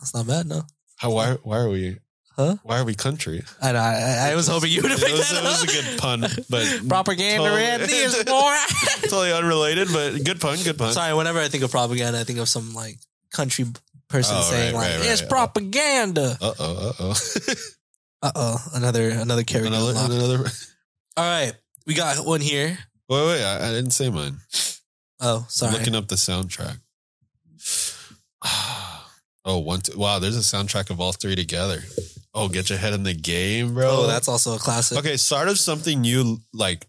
That's not bad, no. How, why, why are we? Huh? Why are we country? I know, I, I was hoping you would have It picked was- that it was up. a good pun, but propaganda totally- at this boy. totally unrelated, but good pun, good pun. Sorry, whenever I think of propaganda, I think of some like country person Oh, right, saying like right, right, it's oh. propaganda. Uh oh, uh oh. Uh oh, another another character. Another, unlocked. another. Wait, All right, we got one here. wait, I, I didn't say mine. Oh, sorry. Looking up the soundtrack. Oh, one, two, wow, there's a soundtrack of all three together. Oh, get your head in the game, bro. oh, that's also a classic. okay. Start of something new, like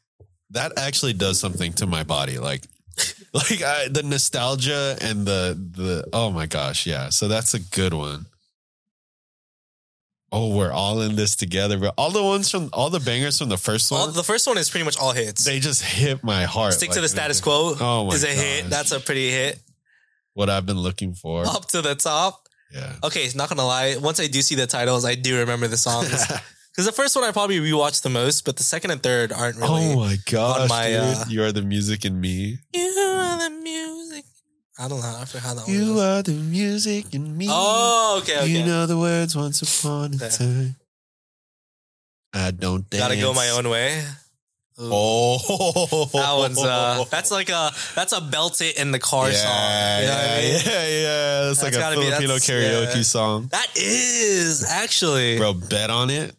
that actually does something to my body. Like, like I, the nostalgia and the, the, oh my gosh. Yeah. So that's a good one. Oh, we're all in this together, bro. All the ones from all the bangers from the first Well, one, the first one is pretty much all hits. they just hit my heart. Stick like, to the status quo Oh my is a hit. gosh. That's a pretty hit. What I've been looking for. Up to the top. Yeah. Okay, it's not gonna lie. Once I do see the titles, I do remember the songs. Because the first one I probably rewatched the most, but the second and third aren't really. Oh my gosh, my, dude. uh, you are the music in me. You are the music. I don't know. I forgot how that one. You goes. are the music in me. oh, okay, okay. You know the words once upon a Yeah. time. I don't dance. Gotta go my own way. Ooh. Oh, That one's uh, that's like a that's a belt it in the car yeah, song. You know what yeah, I mean? yeah, yeah. That's, like That's a gotta be- Filipino that's- karaoke yeah. song. That is actually. Bro, bet on it.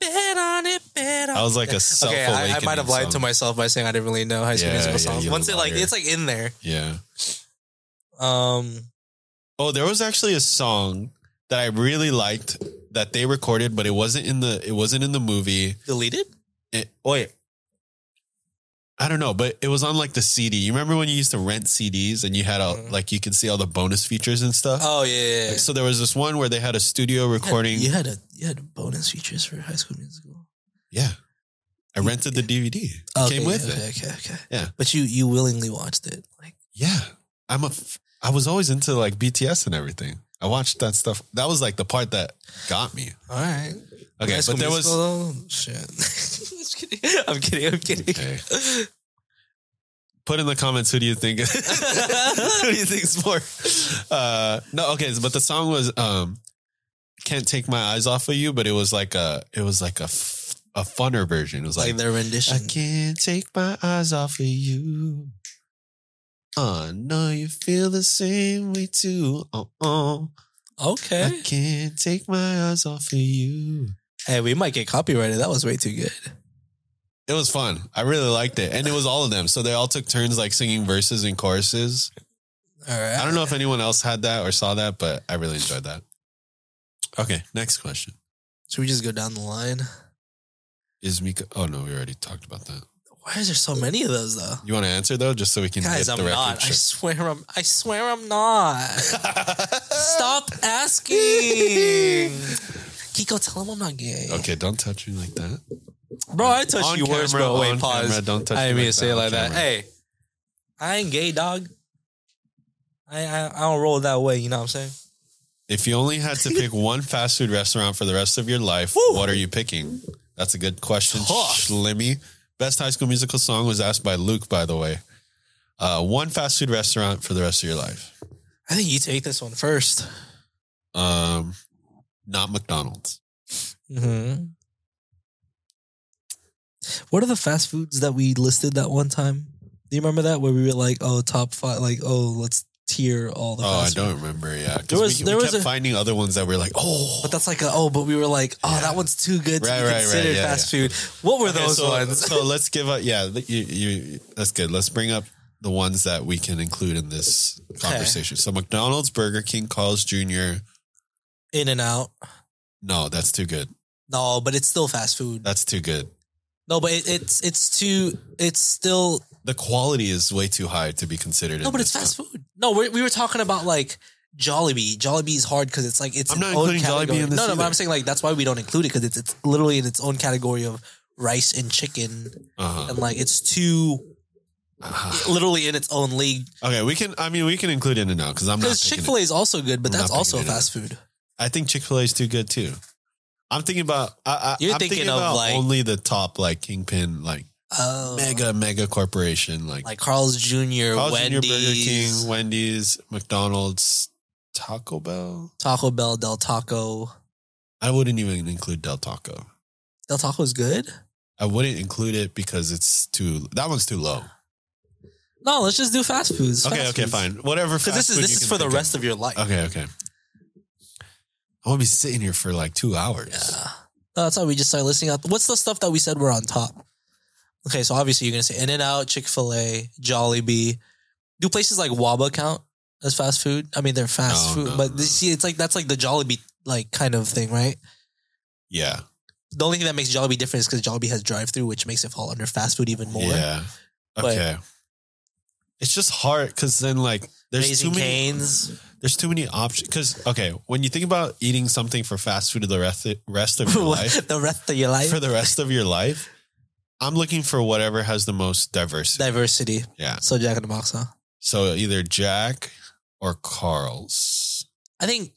Bet on it, bet on I was like a self Okay, I, I might have lied to myself by saying I didn't really know High School Yeah, Musical yeah, songs. you Once it like liar. it's like in there. Yeah. Um, Oh, there was actually a song that I really liked that they recorded, but it wasn't in the it wasn't in the movie. deleted. It, wait. I don't know, but it was on like the CD. You remember when you used to rent CDs and you had all Mhm. like you could see all the bonus features and stuff? Oh yeah, yeah, yeah. Like, so there was this one where they had a studio recording. You Yeah. had a you had bonus features for High School Musical. I rented the DVD. It came with okay, it. Okay, okay. Yeah. But you you willingly watched it. Like Yeah. I'm a f- I was always into like BTS and everything. I watched that stuff. That was like the part that got me. all right. Okay, but there was was shit. Just kidding. I'm kidding. I'm kidding. Okay. put in the comments who do you think who do you think's more uh no okay but the song was um can't take my eyes off of you but it was like a it was like a f- a funner version it was Like, like, their rendition. i can't take my eyes off of you oh no you feel the same way too oh, oh. i Okay. can't take my eyes off of you Hey, we might get copyrighted. That was way too good. it was fun i really liked it and it was all of them so they all took turns like singing verses and choruses All right. I don't know if anyone else had that or saw that, but I really enjoyed that. Okay, next question. Should we just go down the line? Is Mika Oh no, we already talked about that. Why is there so many of those though? You want to answer though, just so we can Guys, get I'm the record not. I straight? swear I'm I swear I'm not. Stop asking. Kiko, tell him I'm not gay. Okay, don't touch me like that. Bro, I touched On you worse, camera, bro. on Wait, pause. camera, don't touch I didn't me mean to like say that on it like that. camera. Hey, I ain't gay, dog. I, I I don't roll that way. You know what I'm saying? If you only had to pick one fast food restaurant for the rest of your life, Woo. what are you picking? That's a good question, Tough. Schlimmy. Best high school musical song was asked by Luke, by the way. Uh, one fast food restaurant for the rest of your life. I think you take this one first. Um, not McDonald's. Mm-hmm. What are the fast foods that we listed that one time? Do you remember that where we were like, oh, top five, like, oh, let's tier all the. Oh, I fast food. don't remember. Yeah, 'Cause There was- we, there we was kept a- finding other ones that were like, oh, But that's like a oh, but we were like, oh, Yeah. that one's too good to Right, be right, right. considered Yeah, fast food. What were Okay, those so, ones? so let's give up. Yeah, th- you, you, that's good. Let's bring up the ones that we can include in this conversation. So McDonald's, Burger King, Carl's Jr. In and out. No, that's too good. No, but it's still fast food. That's too good. No, but it, it's it's too. It's still The quality is way too high to be considered. no, in but this it's fast food. No, we we were talking about like Jollibee. Jollibee is hard because it's like it's I'm an not own including Jollibee category. in this No, no, either. but I'm saying like that's why we don't include it because it's it's literally in its own category of rice and chicken Uh-huh. and like it's too Uh-huh. literally in its own league. Okay, we can. I mean, we can include In and Out because I'm not. Because picking Chick it. Fil A is also good, but I'm not that's also picking it up. fast food. I think Chick Fil A is too good too. I'm thinking about. I, I, You're I'm thinking, thinking of, about like- only the top like kingpin, like Oh, Uh, mega mega corporation, like like Carl's Jr., Carl's Jr., Wendy's, Burger King, Wendy's, McDonald's, Taco Bell. Taco Bell, Del Taco. I wouldn't even include Del Taco. Del Taco is good. I wouldn't include it because it's too. That one's too low. No, let's just do fast foods. okay, okay, fine. Whatever. Because this is this is for the rest of your life. Okay, okay. I won't be sitting here for like two hours. Yeah. No, that's how we just start listing out. What's the stuff that we said were on top? Okay, so obviously you're gonna say In and Out, Chick Fil A, Jollibee. Do places like Waba count as fast food? I mean, they're No, fast food, Oh, no, but no. this, see, it's like that's like the Jollibee like kind of thing, right? Yeah, The only thing that makes Jollibee different is because Jollibee has drive through, which makes it fall under fast food even more. yeah. But- Okay. it's just hard because then like there's Raising too many Canes, there's too many options. Because okay, when you think about eating something for fast food the rest rest of your life, the rest of your life, for the rest of your life. I'm looking for whatever has the most diversity. diversity. Yeah. So Jack in the Box, huh? So either Jack or Carl's. I think.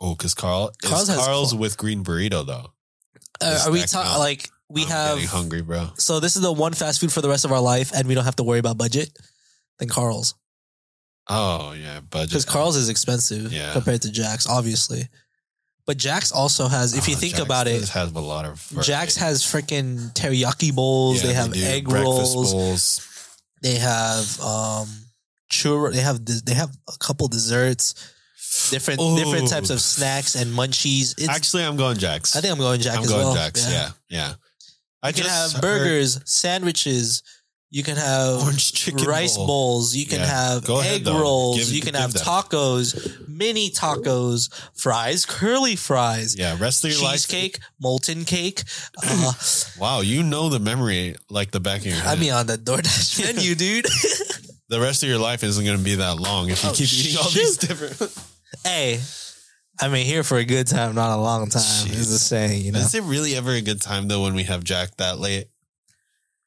Oh, because Carl is Carl's Carl's, has cor- with green burrito though. Uh, Does are we that talking count? like we I'm have? getting hungry, bro. So this is the one fast food for the rest of our life, and we don't have to worry about budget. Then Carl's, Oh yeah, budget. because Carl's is expensive Yeah. compared to Jack's, obviously. But Jack's also has, if you Oh, think Jack's about does it, have a lot of variety. Jack's has freaking teriyaki bowls. Yeah, they have do. egg Breakfast rolls. bowls. They have um churro. They have des- they have a couple desserts, different Ooh. different types of snacks and munchies. It's, Actually, I'm going Jack's. I think I'm going Jack I'm as going well. Jack's. Yeah, yeah. I You can just have heard burgers, sandwiches. You can have orange chicken, rice bowl. bowls. You can Yeah. have Go ahead, egg though. rolls. Give- you can give have that. tacos, mini tacos, fries, curly fries, Yeah, rest of your life. cheesecake, molten cake. Uh, Wow, you know the memory like the back of your I hand. mean, on the DoorDash menu, dude. the rest of your life isn't going to be that long if you Oh, keep eating all shoot. these different. hey, I mean, here for a good time, not a long time. Is the Jeez. saying, you know. Is it really ever a good time though when we have Jack that late?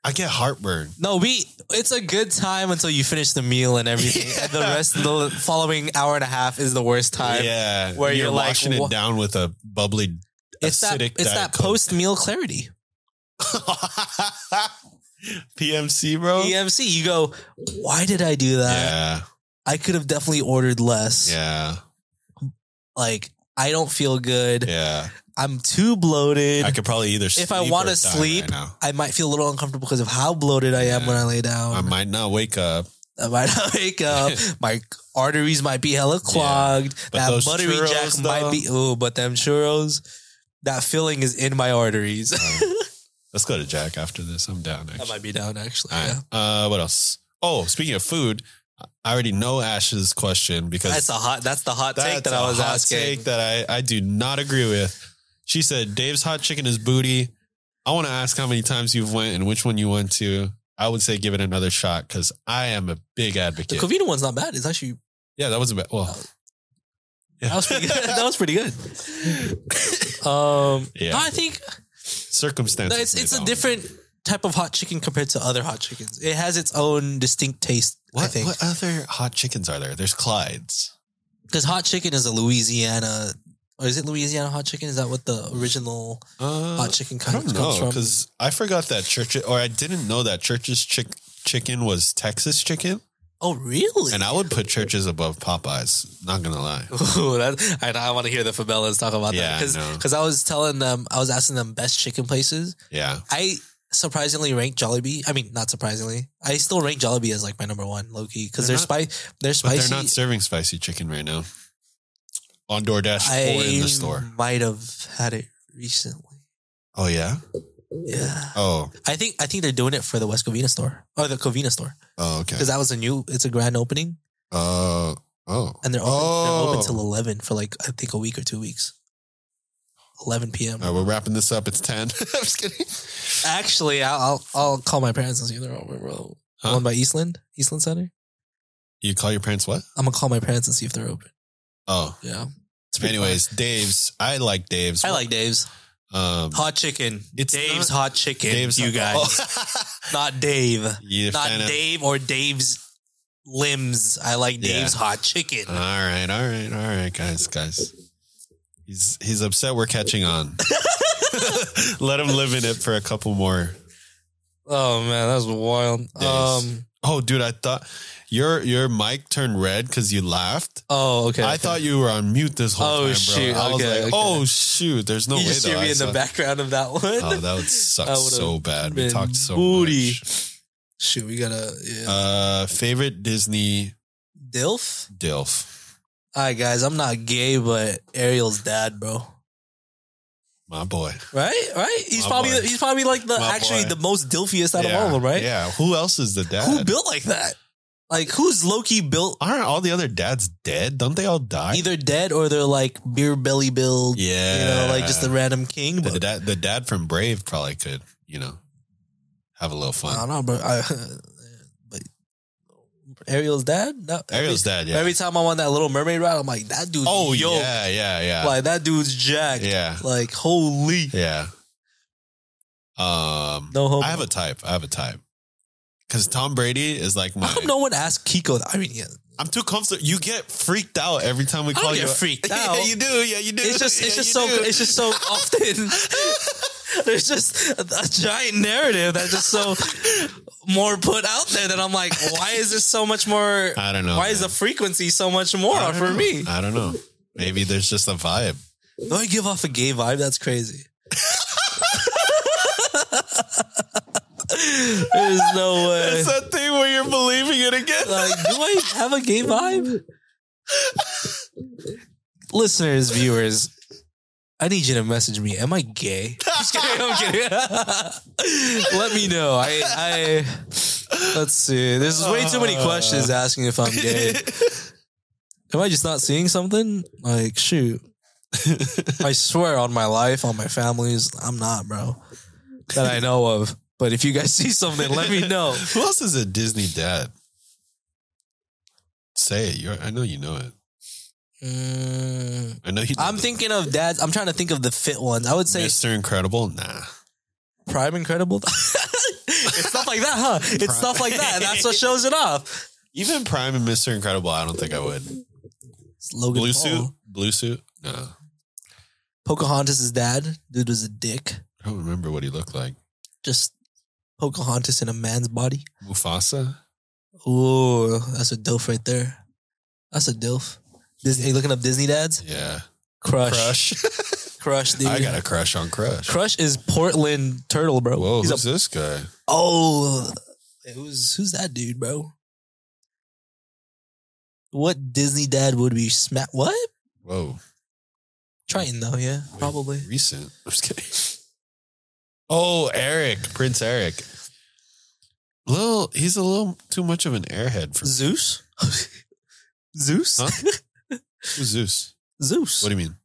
I get heartburn. No, we. It's a good time until you finish the meal and everything. Yeah. And the rest, the following hour and a half is the worst time. yeah, where you're like, washing wha- it down with a bubbly It's that. acidic. It's that Diet post meal clarity. Coke. PMC, bro. EMC. E You go. Why did I do that? Oh. yeah, I could have definitely ordered less. yeah, Like I don't feel good. yeah. I'm too bloated. I I, could probably either If I sleep wanna or die sleep, right now. might feel a little uncomfortable because of how bloated I am Yeah. when I lay down. I might not wake up. I might not wake up. my arteries might be hella clogged. But that those buttery churros, jack though- might be. Oh, but them churros. That feeling is in my arteries. Um, let's go to Jack after this. I'm down. Actually. that might be down actually. All yeah. right. Uh, what else? Oh, speaking of food, I already know Ash's question because That's a hot. That's the hot take that a I was hot asking. take that I, I do not agree with. She said, Dave's hot chicken is booty. I want to ask how many times you've went and which one you went to. I would say give it another shot because I am a big The advocate. Covina one's not bad. It's actually yeah, that was a bad. Well, that was pretty good. that was pretty good. Um, Yeah. no, I think circumstances. no, it's made it's that a one. different type of hot chicken compared to other hot chickens. It has its own distinct taste. I What, think what other hot chickens are there? There's Clyde's. because hot chicken is a Louisiana, or is it Louisiana hot chicken? Is that what the original Uh, hot chicken I kind don't of know comes from? because I forgot that church or I didn't know that church's chick, chicken was Texas chicken, Oh, really? and I would put churches above Popeyes. Not gonna lie. Ooh, that, I, I want to hear the Fabelas talk about Yeah, I that know. because I, was telling them I was asking them best chicken places. Yeah, I surprisingly ranked Jollibee. I mean, not surprisingly, I still rank Jollibee as like my number one low key because They're they're, spi- they're but spicy. they're not serving spicy chicken right now on DoorDash or in the store. I might have had it recently. Oh yeah. Yeah, Oh. I think I think they're doing it for the West Covina store or the Covina store Oh okay. because that was a new. It's a grand opening Uh, oh. and they're open, they're Oh. open till eleven for like I think a week or two weeks. Eleven p.m. All right, we're wrapping this up. It's ten. I'm just kidding. Actually, I'll I'll, I'll call my parents and see if they're over, bro. Huh? One by Eastland, Eastland Center. You call your parents what? I'm gonna call my parents and see if they're open. Oh. Yeah. It's pretty Anyways, Dave's. I like Dave's. fun. I like Dave's um, hot chicken. It's It's Dave's not- hot chicken. Dave's. you guys, Oh. not Dave, You're a not fan of- Dave or Dave's limbs. I like Yeah. Uh, Dave's hot chicken. All right, all right, all right, guys, guys. He's he's upset we're catching on. Let him live in it for a couple more. oh man, that was wild. Dave's. Um. Oh, dude, I thought your your mic turned red because you laughed. Oh, okay. I okay. thought you were on mute this whole Oh, time, bro. shoot, I was okay, like, okay. oh shoot, there's no you way just hear though. me I in the saw- background of that one. Oh, that would suck I would've so bad. We been talked so booty. much. Shoot, we gotta yeah. Uh, favorite Disney Dilf. dilf. All right, guys, I'm not gay, but Ariel's dad, bro. My boy. Right, right. He's My probably boy. he's probably like the My actually boy. the most dilfiest out Yeah, of all of them, right? Yeah. Who else is the dad? Who built like that? Like who's Loki built? Aren't all the other dads dead? Don't they all die? Either dead or they're like beer belly build. Yeah. You know, like just the random king. the, But dad, the dad from Brave probably could, you know, have a little I fun. don't know, bro. I, but Ariel's dad. No, Ariel's dad, yeah. Every time I'm on that Little Mermaid ride, I'm like that dude. oh, yeah, yeah, yeah. like that dude's jacked. yeah, Like holy. yeah. Um, No homo. I have a type. I have a type. Because Tom Brady is like my. How come no one asked Kiko? That? I mean, yeah, I'm too comfortable. You get freaked out every time we I call don't you. get freaked out. yeah, you do. Yeah, you do. It's just Yeah, it's just you so do. it's just so often there's just a, a giant narrative that's just so more put out there that I'm like, why is this so much more? I don't know. why is the frequency so much more I don't for know. me? I don't know. Maybe there's just a vibe. Don't I give off a gay vibe? That's crazy. There's no way. It's that thing where you're believing it again. Like, do I have a gay vibe? Listeners, viewers, I need you to message me. Am I gay? Just kidding. I'm kidding. Let me know. I, I, let's see. There's way too many questions asking if I'm gay. Am I just not seeing something? Like, shoot. I swear on my life, on my families, I'm not, bro. That I know of. But if you guys see something, let me know. Who else is a Disney dad? Say it. You're, I know you know it. Mm. I know you. Know I'm the- thinking of dads. I'm trying to think of the fit ones. I would say Mr. Incredible. Nah, Prime Incredible. it's stuff like that, huh? It's stuff like that. That's what shows it off. even Prime and Mr. Incredible. I don't think I would. It's Logan Blue Paul. suit. Blue suit. No, Pocahontas' dad. Dude was a dick. I don't remember what he looked like. Just Pocahontas in a man's body. Mufasa. Ooh, that's a dilf right there. That's a dilf. Disney, you looking up Disney dads? Yeah. Crush. Crush, Crush. dude. I got a crush on Crush. Crush is Portland Turtle, bro. Whoa, He's a who's this guy? Oh, who's who's that dude, bro? What Disney dad would be smack? What Whoa, Triton though? Yeah, probably. recent. I'm just kidding. Oh, Eric, Prince Eric. little. He's a little too much of an airhead for me. Zeus? Zeus? Huh? Who's Zeus. Zeus. What do you mean?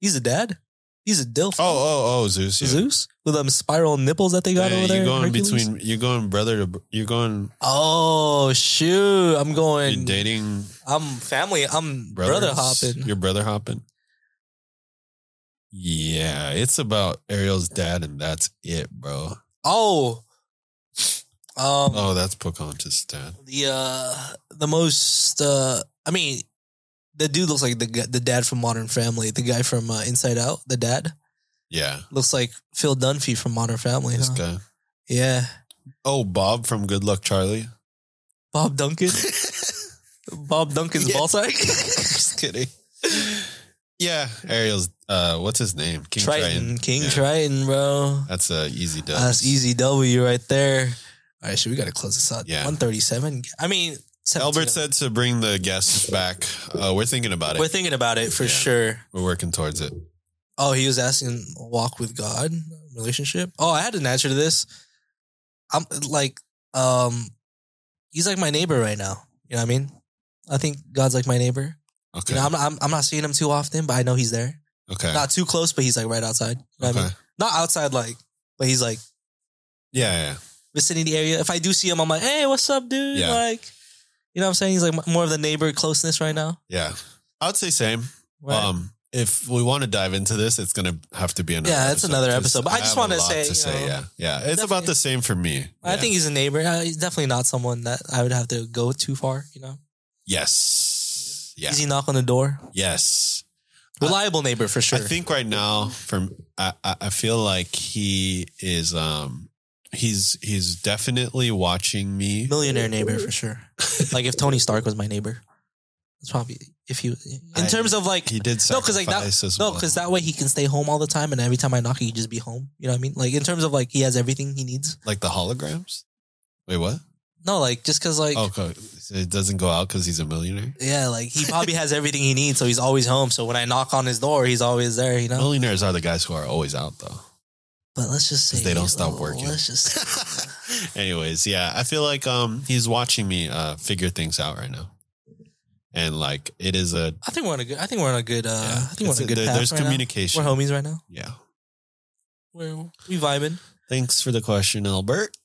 He's a dad. He's a dilf. Oh, oh, oh, Zeus. Yeah. Zeus with them spiral nipples that they got Yeah, over there. you're going Hercules? between. You're going brother to. You're going. Oh shoot! I'm You're going. dating I'm family. I'm brothers. brother hopping. You're brother hopping. Yeah, it's about Ariel's dad, and that's it, bro. Oh, um, Oh, that's Pocahontas' dad. the uh, the most. Uh, I mean, the dude looks like the gu- the dad from Modern Family. The guy from uh, Inside Out. The dad Yeah, looks like Phil Dunphy from Modern Family. this huh? guy. Yeah, Oh, Bob from Good Luck Charlie. Bob Duncan. Bob Duncan's Yeah. ball sack. Just kidding. Yeah, Ariel's. Uh, what's his name? King Triton. Uh, Triton. King Yeah. Triton, bro. That's a easy dub. That's easy W right there. All right, so we got to close this out. Yeah. 137. I mean, 17. Albert said to bring the guests back. Uh, we're thinking about it. We're thinking about it for Yeah. sure. we're working towards it. Oh, he was asking walk with God relationship. Oh, I had an answer to this. I'm like, um, he's like my neighbor right now. You know what I mean? I think God's like my neighbor. Okay. You know, I'm, I'm, I'm not seeing him too often, but I know he's there. okay. Not too close, but he's like right outside. You know what okay. I mean? Not outside, like, but he's like Yeah, vicinity area. If I do see him, I'm like, hey, what's up, dude? Yeah. Like, you know what I'm saying? He's like m- more of the neighbor closeness right now. yeah, yeah. I'd say same. Right? Um, if we want to dive into this, it's gonna have to be another. Yeah, it's another 'cause episode, but I just have wanna a lot say, to you know, yeah, yeah, it's definitely- about the same for me. I Yeah. think he's a neighbor. Uh, He's definitely not someone that I would have to go too far. You know, yes, yeah, easy knock on the door. yes. Reliable neighbor for sure. I think right now, from I, I I feel like he is um he's he's definitely watching me. millionaire neighbor for sure. like if Tony Stark was my neighbor, it's probably if he. In I- terms of like He did No, 'cause, like, that- sacrifice as no, well. because that way he can stay home all the time, and every time I knock, he can just be home. You know what I mean? Like in terms of like he has everything he needs. like the holograms. Wait, what? No, like just because like. Oh, okay, So it doesn't go out because he's a millionaire. Yeah, like he probably has everything he needs, so he's always home. So when I knock on his door, he's always there, you know. Millionaires are the guys who are always out though. But let's just say Because they don't stop oh, working. Let's just Anyways, yeah, I feel like um he's watching me uh figure things out right now, and like it is a I think we're on a good. I think we're on a good. Uh, yeah, I think we're on it's a a- good there- path there's right now. communication. We're homies right now. Yeah. We're we vibing. Thanks for the question, Albert.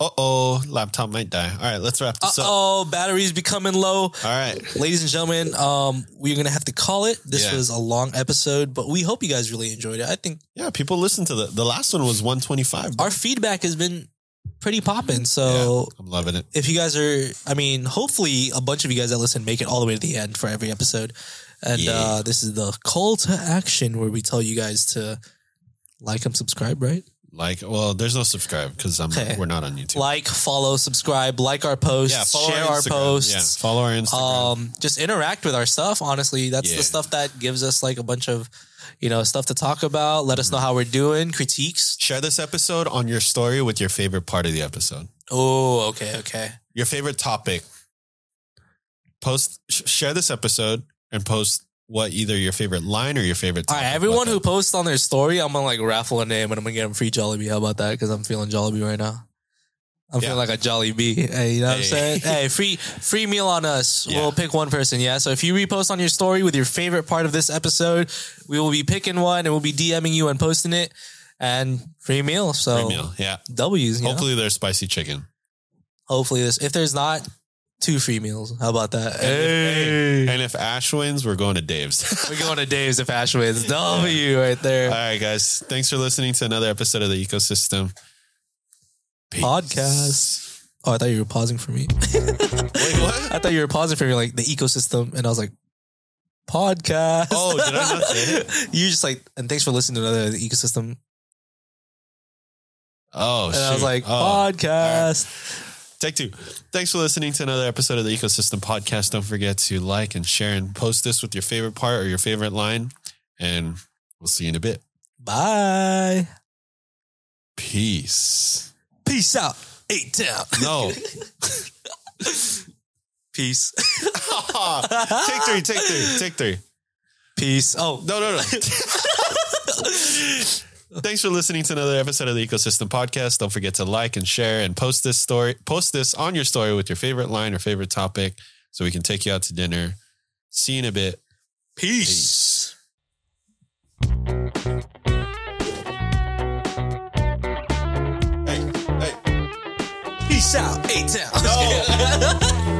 Uh oh, laptop might die. All right, let's wrap Uh this up. oh, batteries becoming low, All right, ladies and gentlemen. Um, we're gonna have to call it. This Yeah. was a long episode, but we hope you guys really enjoyed it. I think yeah, people listen to the the last one was 125. our feedback has been pretty popping. So I'm loving it. if you guys are, I mean, hopefully a bunch of you guys that listen make it all the way to the end for every episode. And Yeah. uh, this is the call to action where we tell you guys to like and subscribe, right? Like, well, there's no subscribe because I'm Okay. we're not on YouTube. Like, follow, subscribe, like our posts, share our, Instagram. posts. Yeah, follow our Instagram. Um, just interact with our stuff. Honestly, that's Yeah. the stuff that gives us like a bunch of, you know, stuff to talk about. Let Mm-hmm. us know how we're doing. Critiques. share this episode on your story with your favorite part of the episode. Oh, okay, okay. your favorite topic. Post sh- share this episode and post what either your favorite line or your favorite. All Topic right, everyone about who posts on their story, I'm gonna like raffle a name and I'm gonna get them free Jollibee. How about that? Because I'm feeling Jollibee right now. I'm Yeah. feeling like a Jolly Bee. Hey, you know what I'm Hey. saying? Hey, free free meal on us. Yeah. We'll pick one person. Yeah. So if you repost on your story with your favorite part of this episode, we will be picking one and we'll be DMing you and posting it. And free meal. that. So Free meal. Yeah, W's. You know? hopefully there's spicy chicken. Hopefully this. If there's not two free meals, how about that? Hey. Hey, And if Ash wins, we're going to Dave's. we're going to Dave's if Ash wins. W right there. All right, guys. Thanks for listening to another episode of the Ecosystem Peace. Podcast. Oh, I thought you were pausing for me. Wait, what? I thought you were pausing for me, like the ecosystem, and I was like, podcast. Oh, did I not say you just like, and thanks for listening to another the ecosystem. Oh, And I was like, oh. podcast. Take two. Thanks for listening to another episode of the Ecosystem Podcast. Don't forget to like and share and post this with your favorite part or your favorite line. And we'll see you in a bit. Bye. Peace. Peace out. Eight town. No. Peace. take three, take three, take three. Peace. Oh. No, no, no. Thanks for listening to another episode of the Ecosystem Podcast. Don't forget to like and share and post this story, post this on your story with your favorite line or favorite topic so we can take you out to dinner. See you in a bit. Peace. Hey, hey. Peace out, A Town. No.